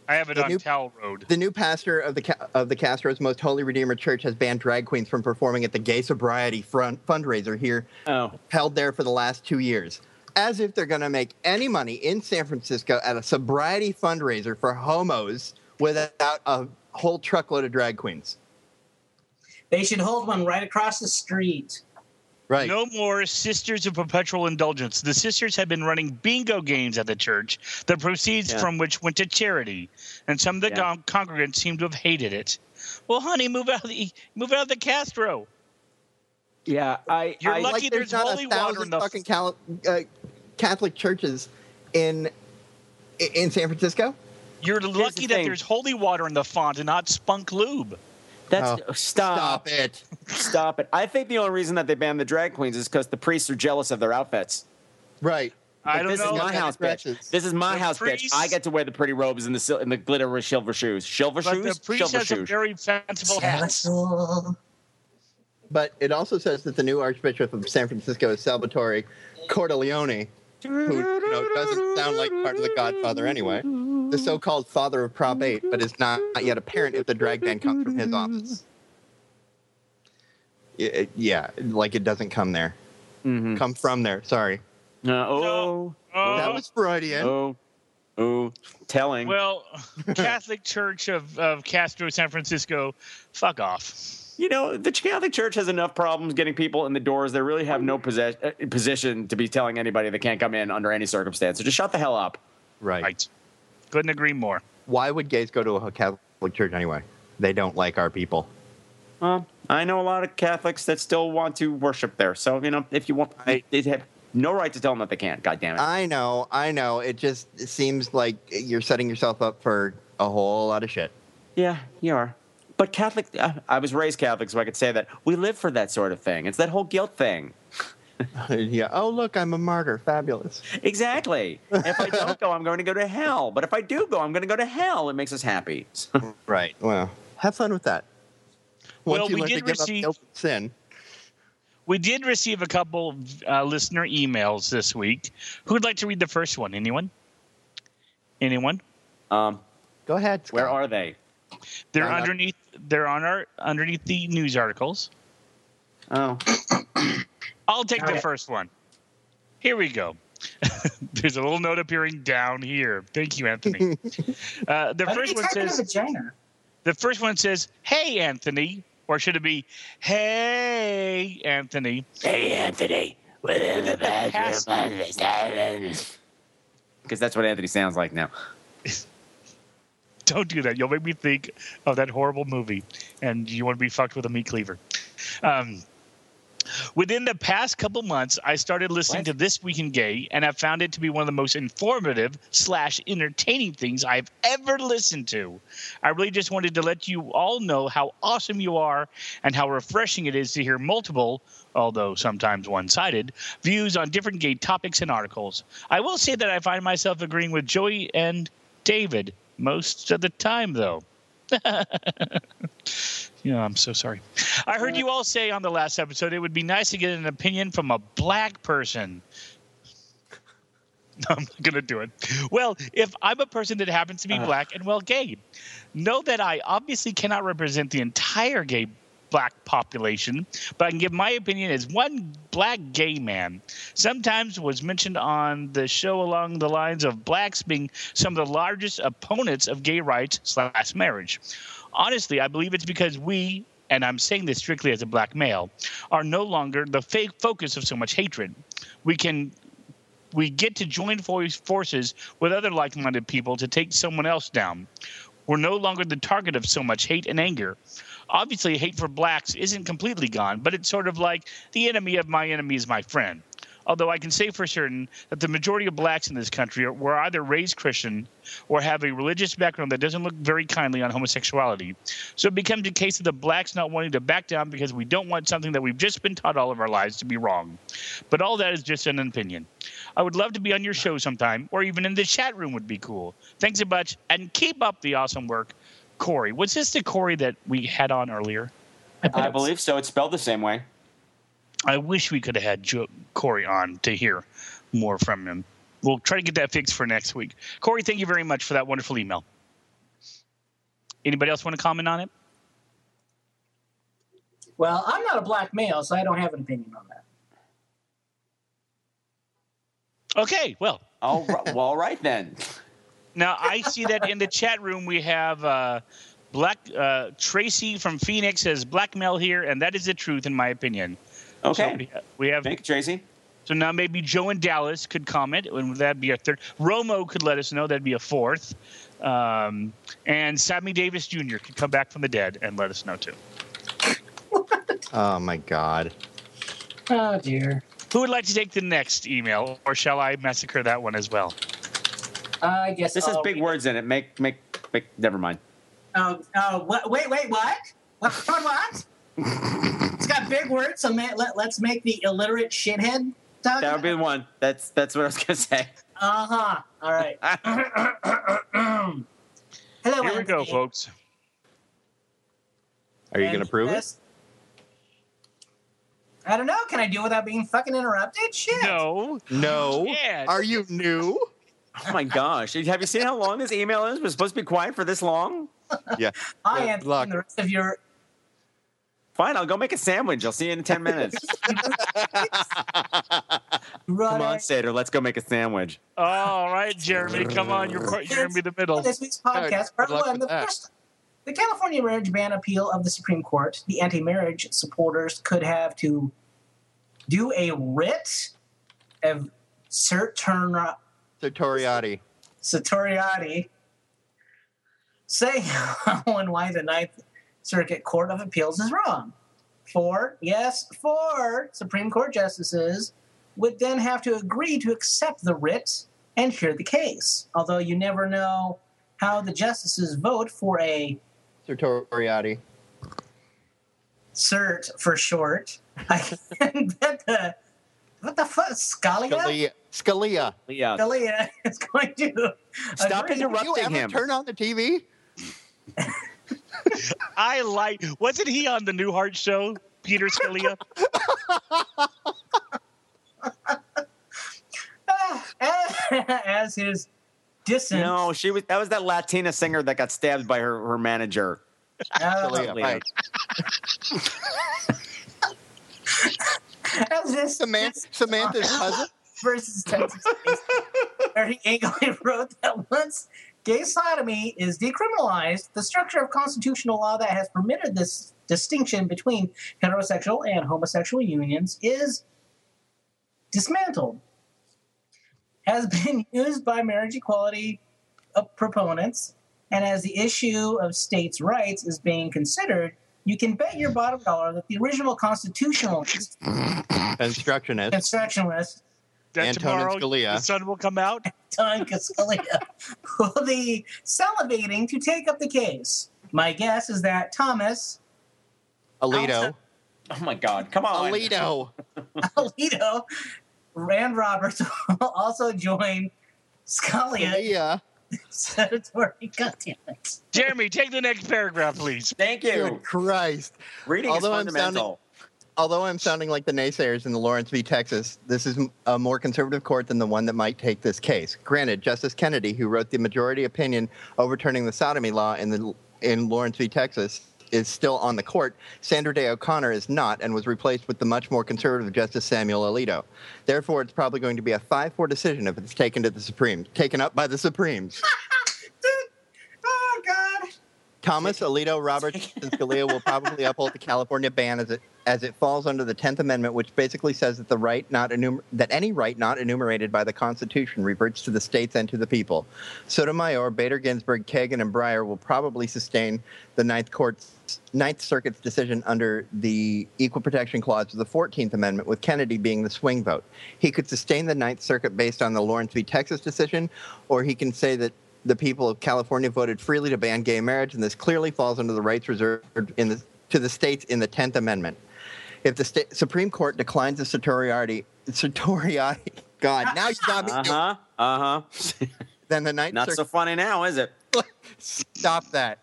S3: I have it
S5: The
S3: on
S5: new-
S3: Towel Road.
S5: the new pastor of the Ca- of the Castro's Most Holy Redeemer Church has banned drag queens from performing at the Gay Sobriety front fundraiser here
S2: Oh,
S5: held there for the last two years, as if they're going to make any money in San Francisco at a sobriety fundraiser for homos without a whole truckload of drag queens.
S4: They should hold one right across the street.
S5: Right.
S3: No more Sisters of Perpetual Indulgence. The sisters have been running bingo games at the church, the proceeds
S2: Yeah.
S3: from which went to charity, and some of the
S2: Yeah.
S3: con- congregants seem to have hated it. Well, honey, move out of the move out of the Castro.
S2: yeah. I,
S3: You're
S2: I
S3: lucky
S5: Like
S3: there's
S5: there's, not
S3: holy
S5: a
S3: water
S5: thousand
S3: in the-
S5: fucking Cal- uh, Catholic churches in in San Francisco.
S3: You're lucky
S2: the
S3: that
S2: thing.
S3: there's holy water in the font and not spunk lube.
S2: that's
S5: Oh,
S3: Ah.
S2: stop,
S5: Stop it.
S2: stop it. I think the only reason that they banned the drag queens is because the priests are jealous of their outfits.
S5: Right.
S3: I
S2: Like,
S3: don't
S2: this
S3: know.
S2: is my
S5: Okay,
S2: house, bitch.
S5: stretches.
S2: This is my
S3: The
S2: house, bitch.
S3: priests-
S2: I get to wear the pretty robes and the sil- and the glitter with silver shoes. Silver
S3: but
S2: shoes.
S3: the priest
S2: silver
S3: has some
S2: shoes.
S3: very fanciful hats.
S4: Carousel.
S5: But it also says that the new Archbishop of San Francisco is Salvatore Cordileone, who you know, doesn't sound like part of the Godfather anyway. The so-called father of Prop 8, but is not yet apparent if the drag ban comes from his office. Y- it- yeah, like it doesn't come there.
S3: Hmm.
S2: Mhm.
S5: Come from there. Sorry,
S2: Uh, oh,
S5: that
S3: Oh.
S5: was Freudian.
S2: oh, oh, telling.
S3: Well, Catholic Church of, of Castro, San Francisco, fuck off.
S2: you know, the Catholic Church has enough problems getting people in the doors. They really have no possess- uh, position to be telling anybody they can't come in under any circumstance. So just shut the hell up.
S5: Right.
S3: Right. Couldn't agree more.
S5: Why would gays go to a Catholic church anyway? They don't like our people.
S2: Well, I know a lot of Catholics that still want to worship there. So you know, if you want,
S5: I-
S2: they have No right to tell them that they can't. God damn it.
S5: I know, I know. It just it seems like you're setting yourself up for a whole lot of shit.
S2: Yeah, you are. But Catholic, uh, I was raised Catholic, so I could say that we live for that sort of thing. It's that whole guilt thing.
S5: yeah. Oh, look, I'm a martyr. Fabulous.
S2: Exactly. if I don't go, I'm going to go to hell. But if I do go, I'm going to go to hell. It makes us happy. So,
S5: Right. Well, have fun with that. Once
S3: Well,
S5: you
S3: we
S5: learn to
S3: did
S5: give up
S3: receive-
S5: guilt and sin.
S3: We did receive a couple of uh, listener emails this week. Who would like to read the first one? Anyone? Anyone?
S2: um,
S5: Go ahead.
S2: where
S5: Scott.
S2: are they?
S3: They're
S5: I'm not-
S3: underneath. They're on our underneath the news articles.
S2: Oh,
S3: I'll take the
S4: Okay.
S3: first one. Here we go. There's a little note appearing down here. Thank you, Anthony. uh, the
S4: Why do they
S3: first one
S4: type in a
S3: says.
S4: vagina?
S3: The first one says, "Hey, Anthony," or should it be, "Hey, Anthony"?
S2: hey Anthony, within the because that's what Anthony sounds like now.
S3: Don't do that. You'll make me think of that horrible movie, and you want to be fucked with a meat cleaver. Um, within the past couple months, I started listening
S2: What?
S3: to This Week in Gay, and I found it to be one of the most informative slash entertaining things I've ever listened to. I really just wanted to let you all know how awesome you are and how refreshing it is to hear multiple, although sometimes one sided, views on different gay topics and articles. I will say that I find myself agreeing with Joey and David most of the time, though. Yeah, I'm so sorry. I heard you all say on the last episode it would be nice to get an opinion from a black person. No, I'm not going to do it. Well, if I'm a person that happens to be
S2: Ugh.
S3: black and well gay, know that I obviously cannot represent the entire gay black population, but I can give my opinion as one black gay man. Sometimes was mentioned on the show along the lines of blacks being some of the largest opponents of gay rights slash marriage. Honestly, I believe it's because we, and I'm saying this strictly as a black male, are no longer the fake focus of so much hatred. We can we get to join voice forces with other like-minded people to take someone else down. We're no longer the target of so much hate and anger. Obviously, hate for blacks isn't completely gone, but it's sort of like the enemy of my enemy is my friend. Although I can say for certain that the majority of blacks in this country are, were either raised Christian or have a religious background that doesn't look very kindly on homosexuality. So it becomes a case of the blacks not wanting to back down because we don't want something that we've just been taught all of our lives to be wrong. But all that is just an opinion. I would love to be on your show sometime, or even in the chat room would be cool. Thanks a bunch, and keep up the awesome work, Corey. Was this the Corey that we had on earlier?
S2: I believe so. It's spelled the same way.
S3: I wish we could have had jo- Corey on to hear more from him. We'll try to get that fixed for next week. Corey, thank you very much for that wonderful email. Anybody else want to comment on it?
S4: Well, I'm not a black male, so I don't have an opinion on that.
S3: Okay, well,
S2: All right, well, all right then.
S3: Now I see that in the chat room we have uh, Black uh, Tracy from Phoenix says blackmail here, and that is the truth in my opinion. So
S2: Okay,
S3: we- we have
S2: thank you, Tracy.
S3: so now maybe Joe in Dallas could comment, and would that be a third? Romo could let us know that'd be a fourth, um, and Sammy Davis Jr. could come back from the dead and let us know too.
S5: Oh my God.
S4: Oh dear.
S3: Who would like to take the next email, or shall I massacre that one as well?
S4: I guess
S2: This has
S4: I'll
S2: big
S4: read-
S2: words in it. Make, make, make. Never mind.
S4: Oh, oh, what, wait, wait, what? What? What? what? it's got big words, so ma- let, let's make the illiterate shithead talk.
S2: That would be the one. That's that's what I was gonna say. Oh
S4: Uh huh. All right. Hello.
S3: Here we go, folks.
S5: Are you going to prove it?
S4: I don't know. Can I do it without being fucking interrupted? Shit.
S3: No.
S5: No.
S3: Yes.
S5: Are you new?
S2: Oh my gosh! Have you seen how long this email is? We're supposed to be quiet for this long.
S5: Yeah.
S4: I
S5: Good
S4: am
S5: luck.
S4: and the rest of your
S2: Fine, I'll go make a sandwich. I'll see you in ten minutes. Come on, Sater, let's go make a sandwich.
S3: All right, Jeremy, come on. You're part, you're gonna be the
S4: For
S3: middle.
S4: this week's
S5: Good
S4: podcast, part
S5: luck
S4: one,
S5: with
S4: the
S5: that.
S4: first. The California marriage ban appeal of the Supreme Court. The anti marriage supporters could have to do a writ of certurna
S5: Satoriati.
S4: Satoriati saying how and why the Ninth Circuit Court of Appeals is wrong. Four, yes, four Supreme Court justices would then have to agree to accept the writ and hear the case. Although you never know how the justices vote for a
S5: Sertoriati.
S4: cert for short. I can bet the what the fuck Scalia
S5: Scalia. Scalia.
S2: Yeah.
S4: Scalia is going to
S2: Stop
S4: agree.
S2: interrupting.
S5: Did you ever
S2: him.
S5: turn on the TV?
S3: I like. Wasn't he on the Newhart show? Peter Scalia.
S4: Ah, as his dissent.
S2: No, she was. That was that Latina singer that got stabbed by her, her manager.
S4: Uh,
S5: Scalia. Right.
S4: Oh, as his
S5: Samantha,
S4: dissent
S5: Samantha's cousin.
S4: versus Texas, where he angrily wrote that once gay sodomy is decriminalized, the structure of constitutional law that has permitted this distinction between heterosexual and homosexual unions is dismantled. Has been used by marriage equality uh, proponents, and as the issue of states' rights is being considered, you can bet your bottom dollar that the original constitutional
S5: Constructionist.
S4: constructionist
S3: That
S5: Antonin
S3: tomorrow
S5: Scalia.
S3: the sun will come out.
S4: Don Cascalia will be salivating to take up the case. My guess is that Thomas
S5: Alito.
S2: Oh my God! Come on,
S5: Alito.
S4: Alito and Roberts will also join Scalia.
S5: Scalia.
S4: Senatori, goddamn it.
S3: Jeremy, take the next paragraph, please.
S2: Thank you.
S5: Good Christ.
S2: Reading
S5: Although
S2: is
S5: I'm
S2: fundamental.
S5: Although I'm sounding like the naysayers in the Lawrence v. Texas, this is a more conservative court than the one that might take this case. Granted, Justice Kennedy, who wrote the majority opinion overturning the sodomy law in, the, in Lawrence v. Texas, is still on the court. Sandra Day O'Connor is not and was replaced with the much more conservative Justice Samuel Alito. Therefore, it's probably going to be a 5 4 decision if it's taken to the Supreme, taken up by the Supremes.
S4: Oh, God.
S5: Thomas, Alito, Roberts, and Scalia will probably uphold the California ban as it as it falls under the Tenth Amendment, which basically says that the right not enumer- that any right not enumerated by the Constitution reverts to the states and to the people. Sotomayor, Bader Ginsburg, Kagan, and Breyer will probably sustain the Ninth Court's Ninth Circuit's decision under the Equal Protection Clause of the Fourteenth Amendment, with Kennedy being the swing vote. He could sustain the Ninth Circuit based on the Lawrence v. Texas decision, or he can say that the people of California voted freely to ban gay marriage, and this clearly falls under the rights reserved in the, to the states in the Tenth Amendment. If the sta- Supreme Court declines the Satoriati, Satoriati, God, now you got me.
S2: Uh huh. Uh huh.
S5: Then the Ninth
S2: Not
S5: Circuit,
S2: so funny now, is it?
S5: stop that.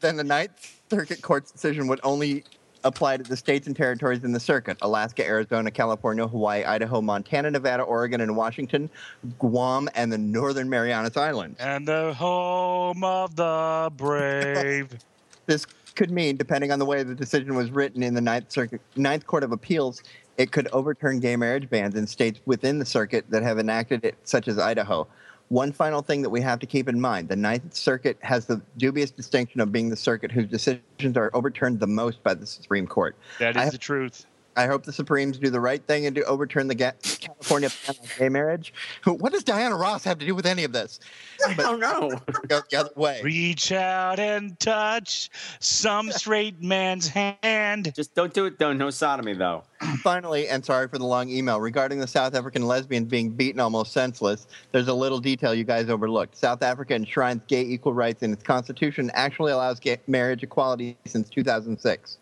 S5: Then the Ninth Circuit Court's decision would only apply to the states and territories in the circuit: Alaska, Arizona, California, Hawaii, Idaho, Montana, Nevada, Oregon, and Washington, Guam, and the Northern Marianas Islands.
S3: And the home of the brave.
S5: this could mean, depending on the way the decision was written in the Ninth Circuit, Ninth Court of Appeals, it could overturn gay marriage bans in states within the circuit that have enacted it, such as Idaho. One final thing that we have to keep in mind the Ninth Circuit has the dubious distinction of being the circuit whose decisions are overturned the most by the Supreme Court.
S3: That
S5: I-
S3: is the truth.
S5: I hope the Supremes do the right thing and do overturn the ga- California ban on gay marriage. What does Diana Ross have to do with any of this?
S2: I don't know.
S5: Go the other way.
S3: Reach out and touch some straight man's hand.
S2: Just don't do it. Don't no sodomy though.
S5: Finally, and sorry for the long email regarding the South African lesbian being beaten almost senseless. There's a little detail you guys overlooked. South Africa enshrines gay equal rights in its constitution, actually allows gay marriage equality since 2006.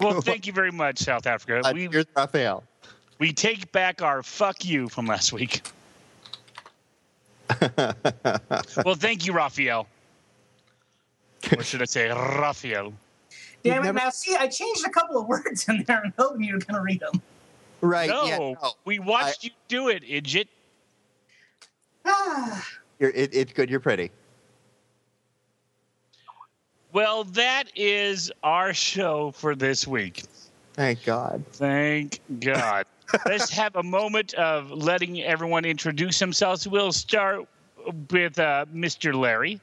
S3: Well, thank you very much, South Africa.
S5: Uh,
S3: We
S5: here's Raphael.
S3: we take back our fuck you from last week. well, thank you, Raphael. Or should I say Raphael?
S4: Damn it.
S5: never-
S4: Now, see, I changed a couple of words in there and hoping you were going to read them.
S5: Right.
S3: No,
S5: yeah, no.
S3: we watched you do it, Idjit.
S4: Ah,
S5: You're, it, it's good you're pretty.
S3: Well, that is our show for this week.
S5: Thank God.
S3: Thank God. Let's have a moment of letting everyone introduce themselves. We'll start with uh, Mr. Larry.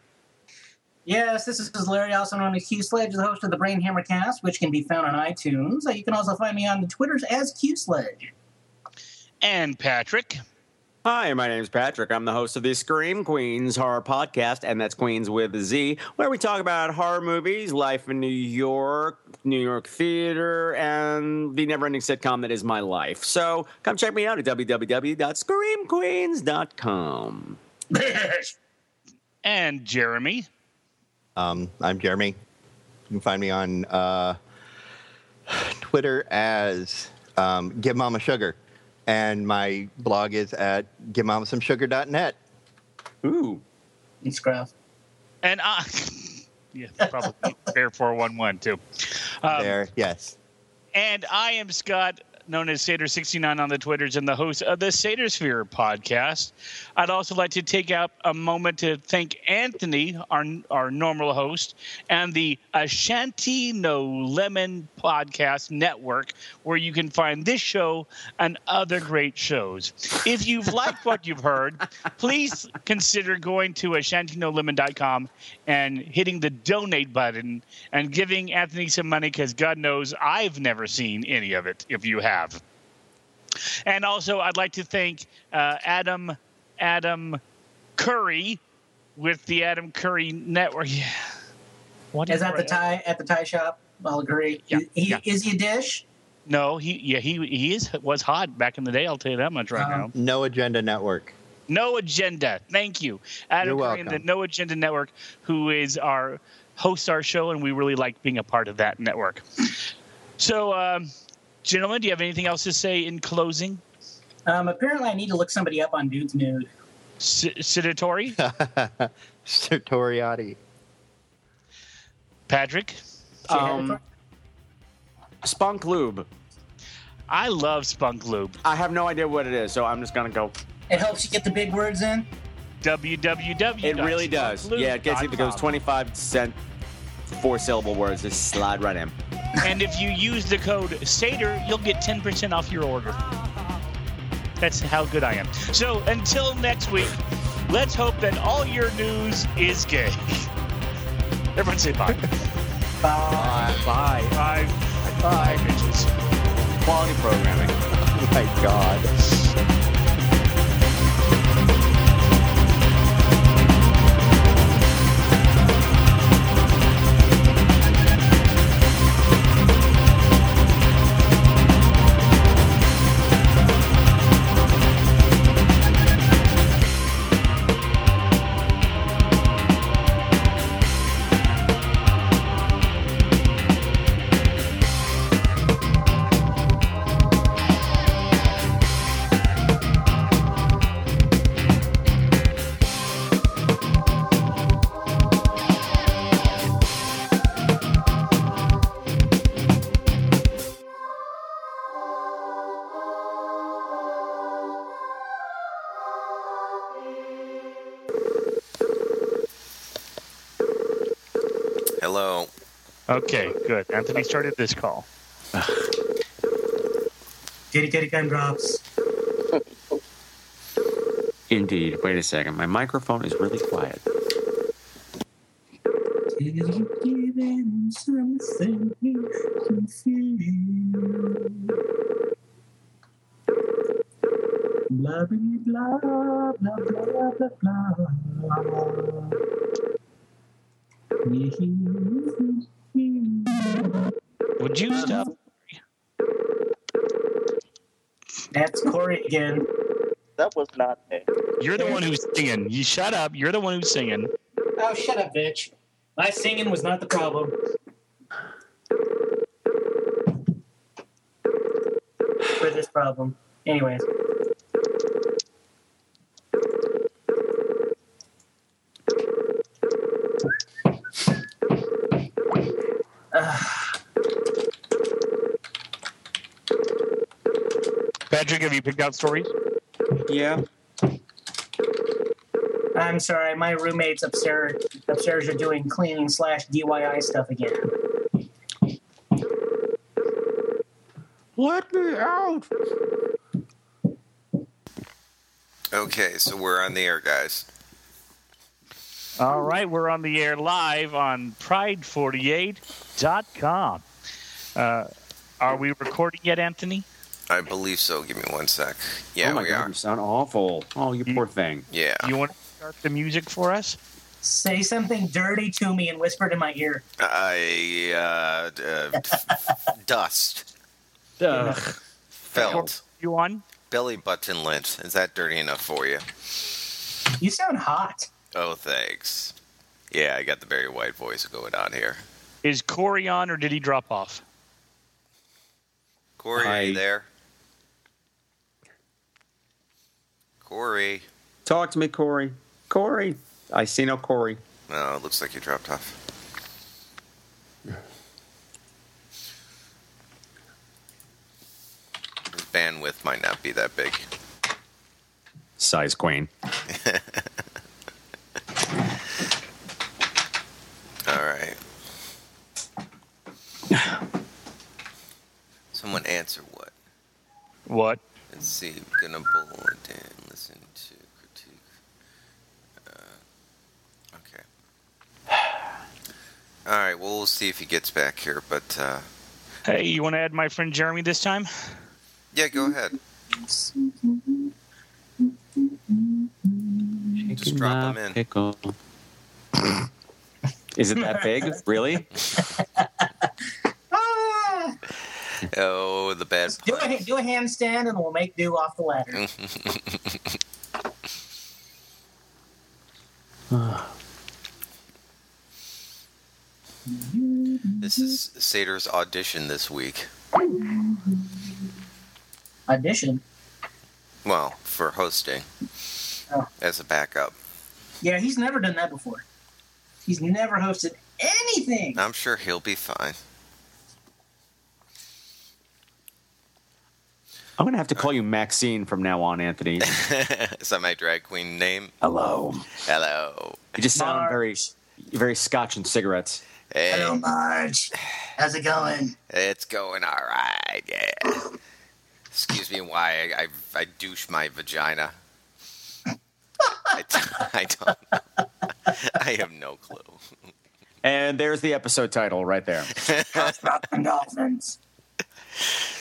S4: Yes, this is Larry, also known as Q Sledge, the host of the Brain Hammer Cast, which can be found on iTunes. Uh, You can also find me on the Twitters as Q Sledge.
S3: and Patrick.
S2: Hi, my name is Patrick. I'm the host of the Scream Queens Horror Podcast, and that's Queens with a Z, where we talk about horror movies, life in New York, New York theater, and the never ending sitcom that is my life. So come check me out at www.screamqueens.com.
S3: And Jeremy.
S5: Um, I'm Jeremy. You can find me on uh, Twitter as um, Give Mama Sugar. And my blog is at givemamasomesugar.net.
S2: Ooh.
S4: You scruff.
S3: And I. yeah, probably fair 411 too. Um,
S5: there, yes.
S3: And I am Scott, known as Sator69 on the Twitters and the host of the Sator Sphere podcast. I'd also like to take out a moment to thank Anthony, our, our normal host, and the Ashanti No Lemon podcast network, where you can find this show and other great shows. If you've liked what you've heard, please consider going to ashantinolemon.com and hitting the donate button and giving Anthony some money because God knows I've never seen any of it if you have. And also, I'd like to thank uh, Adam Adam Curry with the Adam Curry Network. Yeah. What
S4: Is
S3: is
S4: that the Thai at the Thai shop? I'll agree.
S3: Yeah,
S4: He-
S3: yeah.
S4: Is he a dish?
S3: No, he yeah he he is was hot back in the day. I'll tell you that much right
S4: Um,
S3: now.
S5: No Agenda Network.
S3: No Agenda. Thank you, Adam
S5: You're
S3: Curry and the
S5: welcome.
S3: No Agenda Network, who is our hosts our show, and we really like being a part of that network. So, um, gentlemen, do you have anything else to say in closing?
S4: Um, apparently, I need to look somebody up on Dude's Nude.
S3: S- Sedatory,
S5: Sertoriati.
S3: Patrick.
S2: Um, Spunk Lube.
S3: I love Spunk Lube.
S2: I have no idea what it is, so I'm just going to go.
S4: It helps you get the big words in.
S3: www.
S2: It really does. Yeah, it gets it because 25 cent four syllable words just slide right in.
S3: And if you use the code SATER, you'll get 10% off your order. That's how good I am. So until next week, let's hope that all your news is gay. Everyone say bye.
S4: Bye.
S2: Bye.
S3: bye. Bye, bitches.
S2: Quality programming.
S5: Oh my God.
S1: Hello.
S3: Okay, good. Anthony started this call.
S4: Kitty kitty gumdrops.
S2: Indeed. Wait a second. My microphone is really quiet.
S4: Till you've given something to feel. Blah, bitty, blah, blah, blah, blah, blah. Yeah,
S3: Would you stop?
S4: That's Corey again.
S6: That was not me.
S3: You're the one who's singing. You shut up. You're the one who's singing.
S4: Oh, shut up, bitch. My singing was not the problem. For this problem. Anyways.
S3: Patrick, have you picked out stories?
S2: Yeah.
S4: I'm sorry, my roommates upstairs upstairs are doing cleaning slash DIY stuff again.
S2: Let me out.
S1: Okay, so we're on the air, guys.
S3: All right, we're on the air live on pride48.com. Uh, are we recording yet, Anthony?
S1: I believe so. Give me one sec. Yeah,
S2: oh my
S1: we
S2: god,
S1: are.
S2: you sound awful. Oh, you poor thing.
S1: Yeah.
S3: Do you want to start the music for us?
S4: Say something dirty to me and whispered in my ear.
S1: I uh, d- uh, f- dust,
S2: Ugh.
S1: felt,
S3: You on?
S1: belly button lint. Is that dirty enough for you?
S4: You sound hot.
S1: Oh, thanks. Yeah, I got the Barry White voice going on here.
S3: Is Corey on or did he drop off?
S1: Corey, are
S2: I-
S1: you there? Corey.
S2: Talk to me, Corey. Corey. I see no Corey.
S1: No, it looks like you dropped off. His bandwidth might not be that big.
S2: Size Queen.
S1: All right. Someone answer what?
S3: What?
S1: Let's see. I'm gonna bulletin. Listen to critique. Uh, okay. All right. Well, we'll see if he gets back here. But uh,
S3: Hey, you want to add my friend Jeremy this time?
S1: yeah, go ahead. Just drop him in.
S2: Pickle. Is it that big? Really?
S4: Ah!
S1: Oh, the bad.
S4: Do
S1: pun.
S4: a, do a handstand and we'll make do off the ladder.
S1: This is Sater's audition this week.
S4: Audition.
S1: Well, for hosting
S4: Oh.
S1: as a backup.
S4: Yeah, he's never done that before. He's never hosted anything.
S1: I'm sure he'll be fine.
S2: I'm gonna have to call you Maxine from now on, Anthony.
S1: is that my drag queen name?
S2: Hello.
S1: Hello.
S2: You just sound very, very Scotch and cigarettes.
S1: Hey,
S4: Hello, Marge. How's it going?
S1: it's going all right. Yeah. Excuse me, why I, I, I douche my vagina. I, t- I don't. I have no clue.
S2: And there's the episode title right there.
S4: About the dolphins.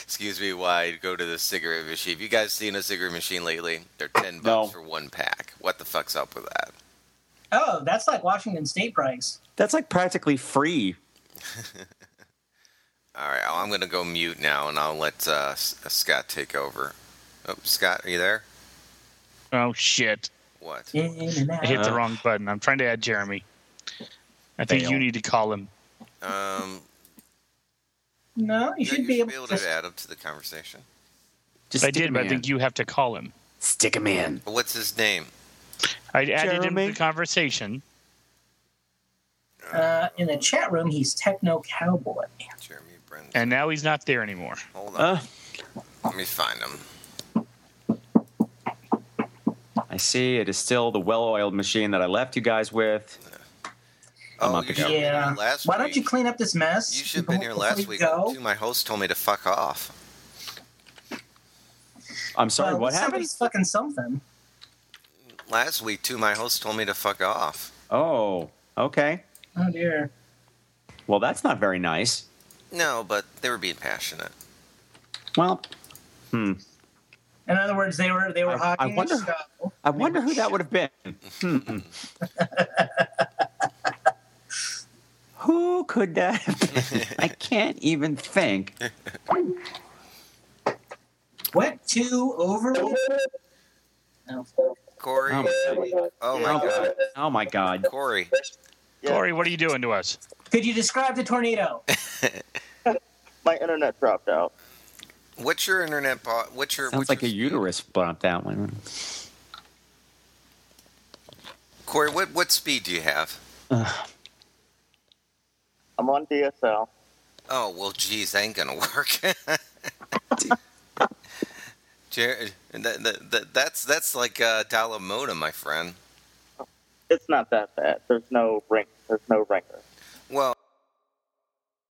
S1: Excuse me, why I go to the cigarette machine? Have you guys seen a cigarette machine lately? They're ten
S2: No.
S1: bucks for one pack. What the fuck's up with that?
S4: Oh, that's like Washington State price.
S2: That's like practically free.
S1: All right, I'm going to go mute now, and I'll let uh, S- Scott take over. Oh, Scott, are you there?
S3: Oh, shit.
S1: What?
S4: In and out.
S3: I hit the
S2: Uh.
S3: wrong button. I'm trying to add Jeremy. I think
S2: Fail.
S3: you need to call him.
S1: Um,
S4: No, you
S1: yeah,
S4: should
S1: you
S4: be
S1: should
S4: able,
S1: be able
S4: to.
S1: to add up to the conversation.
S2: Just
S3: I
S2: stick
S3: did,
S2: him
S3: but I
S2: in.
S3: think you have to call him.
S2: stick him in.
S1: What's his name?
S3: I added him to
S2: Jeremy?
S3: the conversation.
S4: Uh, in the chat room, he's Techno Cowboy.
S1: Jeremy Brendan.
S3: and now he's not there anymore.
S1: Hold on.
S2: Uh,
S1: Let me find him.
S2: I see. It is still the well-oiled machine that I left you guys with. I'm
S1: Oh,
S2: up
S1: you
S2: again.
S1: should have been
S4: Yeah.
S1: here last
S4: Why don't
S1: week.
S4: you clean up this mess?
S1: You should have been here last
S4: before you
S1: week.
S4: Go. uh,
S1: Too. My host told me to fuck off.
S2: I'm sorry.
S4: Well,
S2: what happened?
S4: somebody's fucking something.
S1: Last week, too, my host told me to fuck off.
S2: Oh, okay.
S4: Oh dear.
S2: Well, that's not very nice.
S1: No, but they were being passionate.
S2: Well, hmm.
S4: In other words, they were they were
S2: I-
S4: hogging
S2: I wonder-
S4: the show.
S2: I wonder who that would have been. Hmm. who could that have been? I can't even think.
S4: What two over? No.
S1: Corey.
S2: Oh, my
S1: Oh, my
S2: God.
S1: God.
S2: Oh, oh my God.
S1: Corey.
S6: Yeah,
S3: Corey, what are you doing to us?
S4: Could you describe the tornado?
S6: my internet dropped out.
S1: What's your internet? Po- what's your?
S2: Sounds
S1: what's
S2: like a
S1: your speed?
S2: uterus bump, that one.
S1: Corey, what what speed do you have?
S2: Ugh.
S6: I'm on DSL.
S1: Oh well, geez, that ain't gonna work. Jared, that, that, that, that's that's like a dial-up modem, my friend.
S6: It's not that bad. There's no ring. There's no ringer.
S1: Well,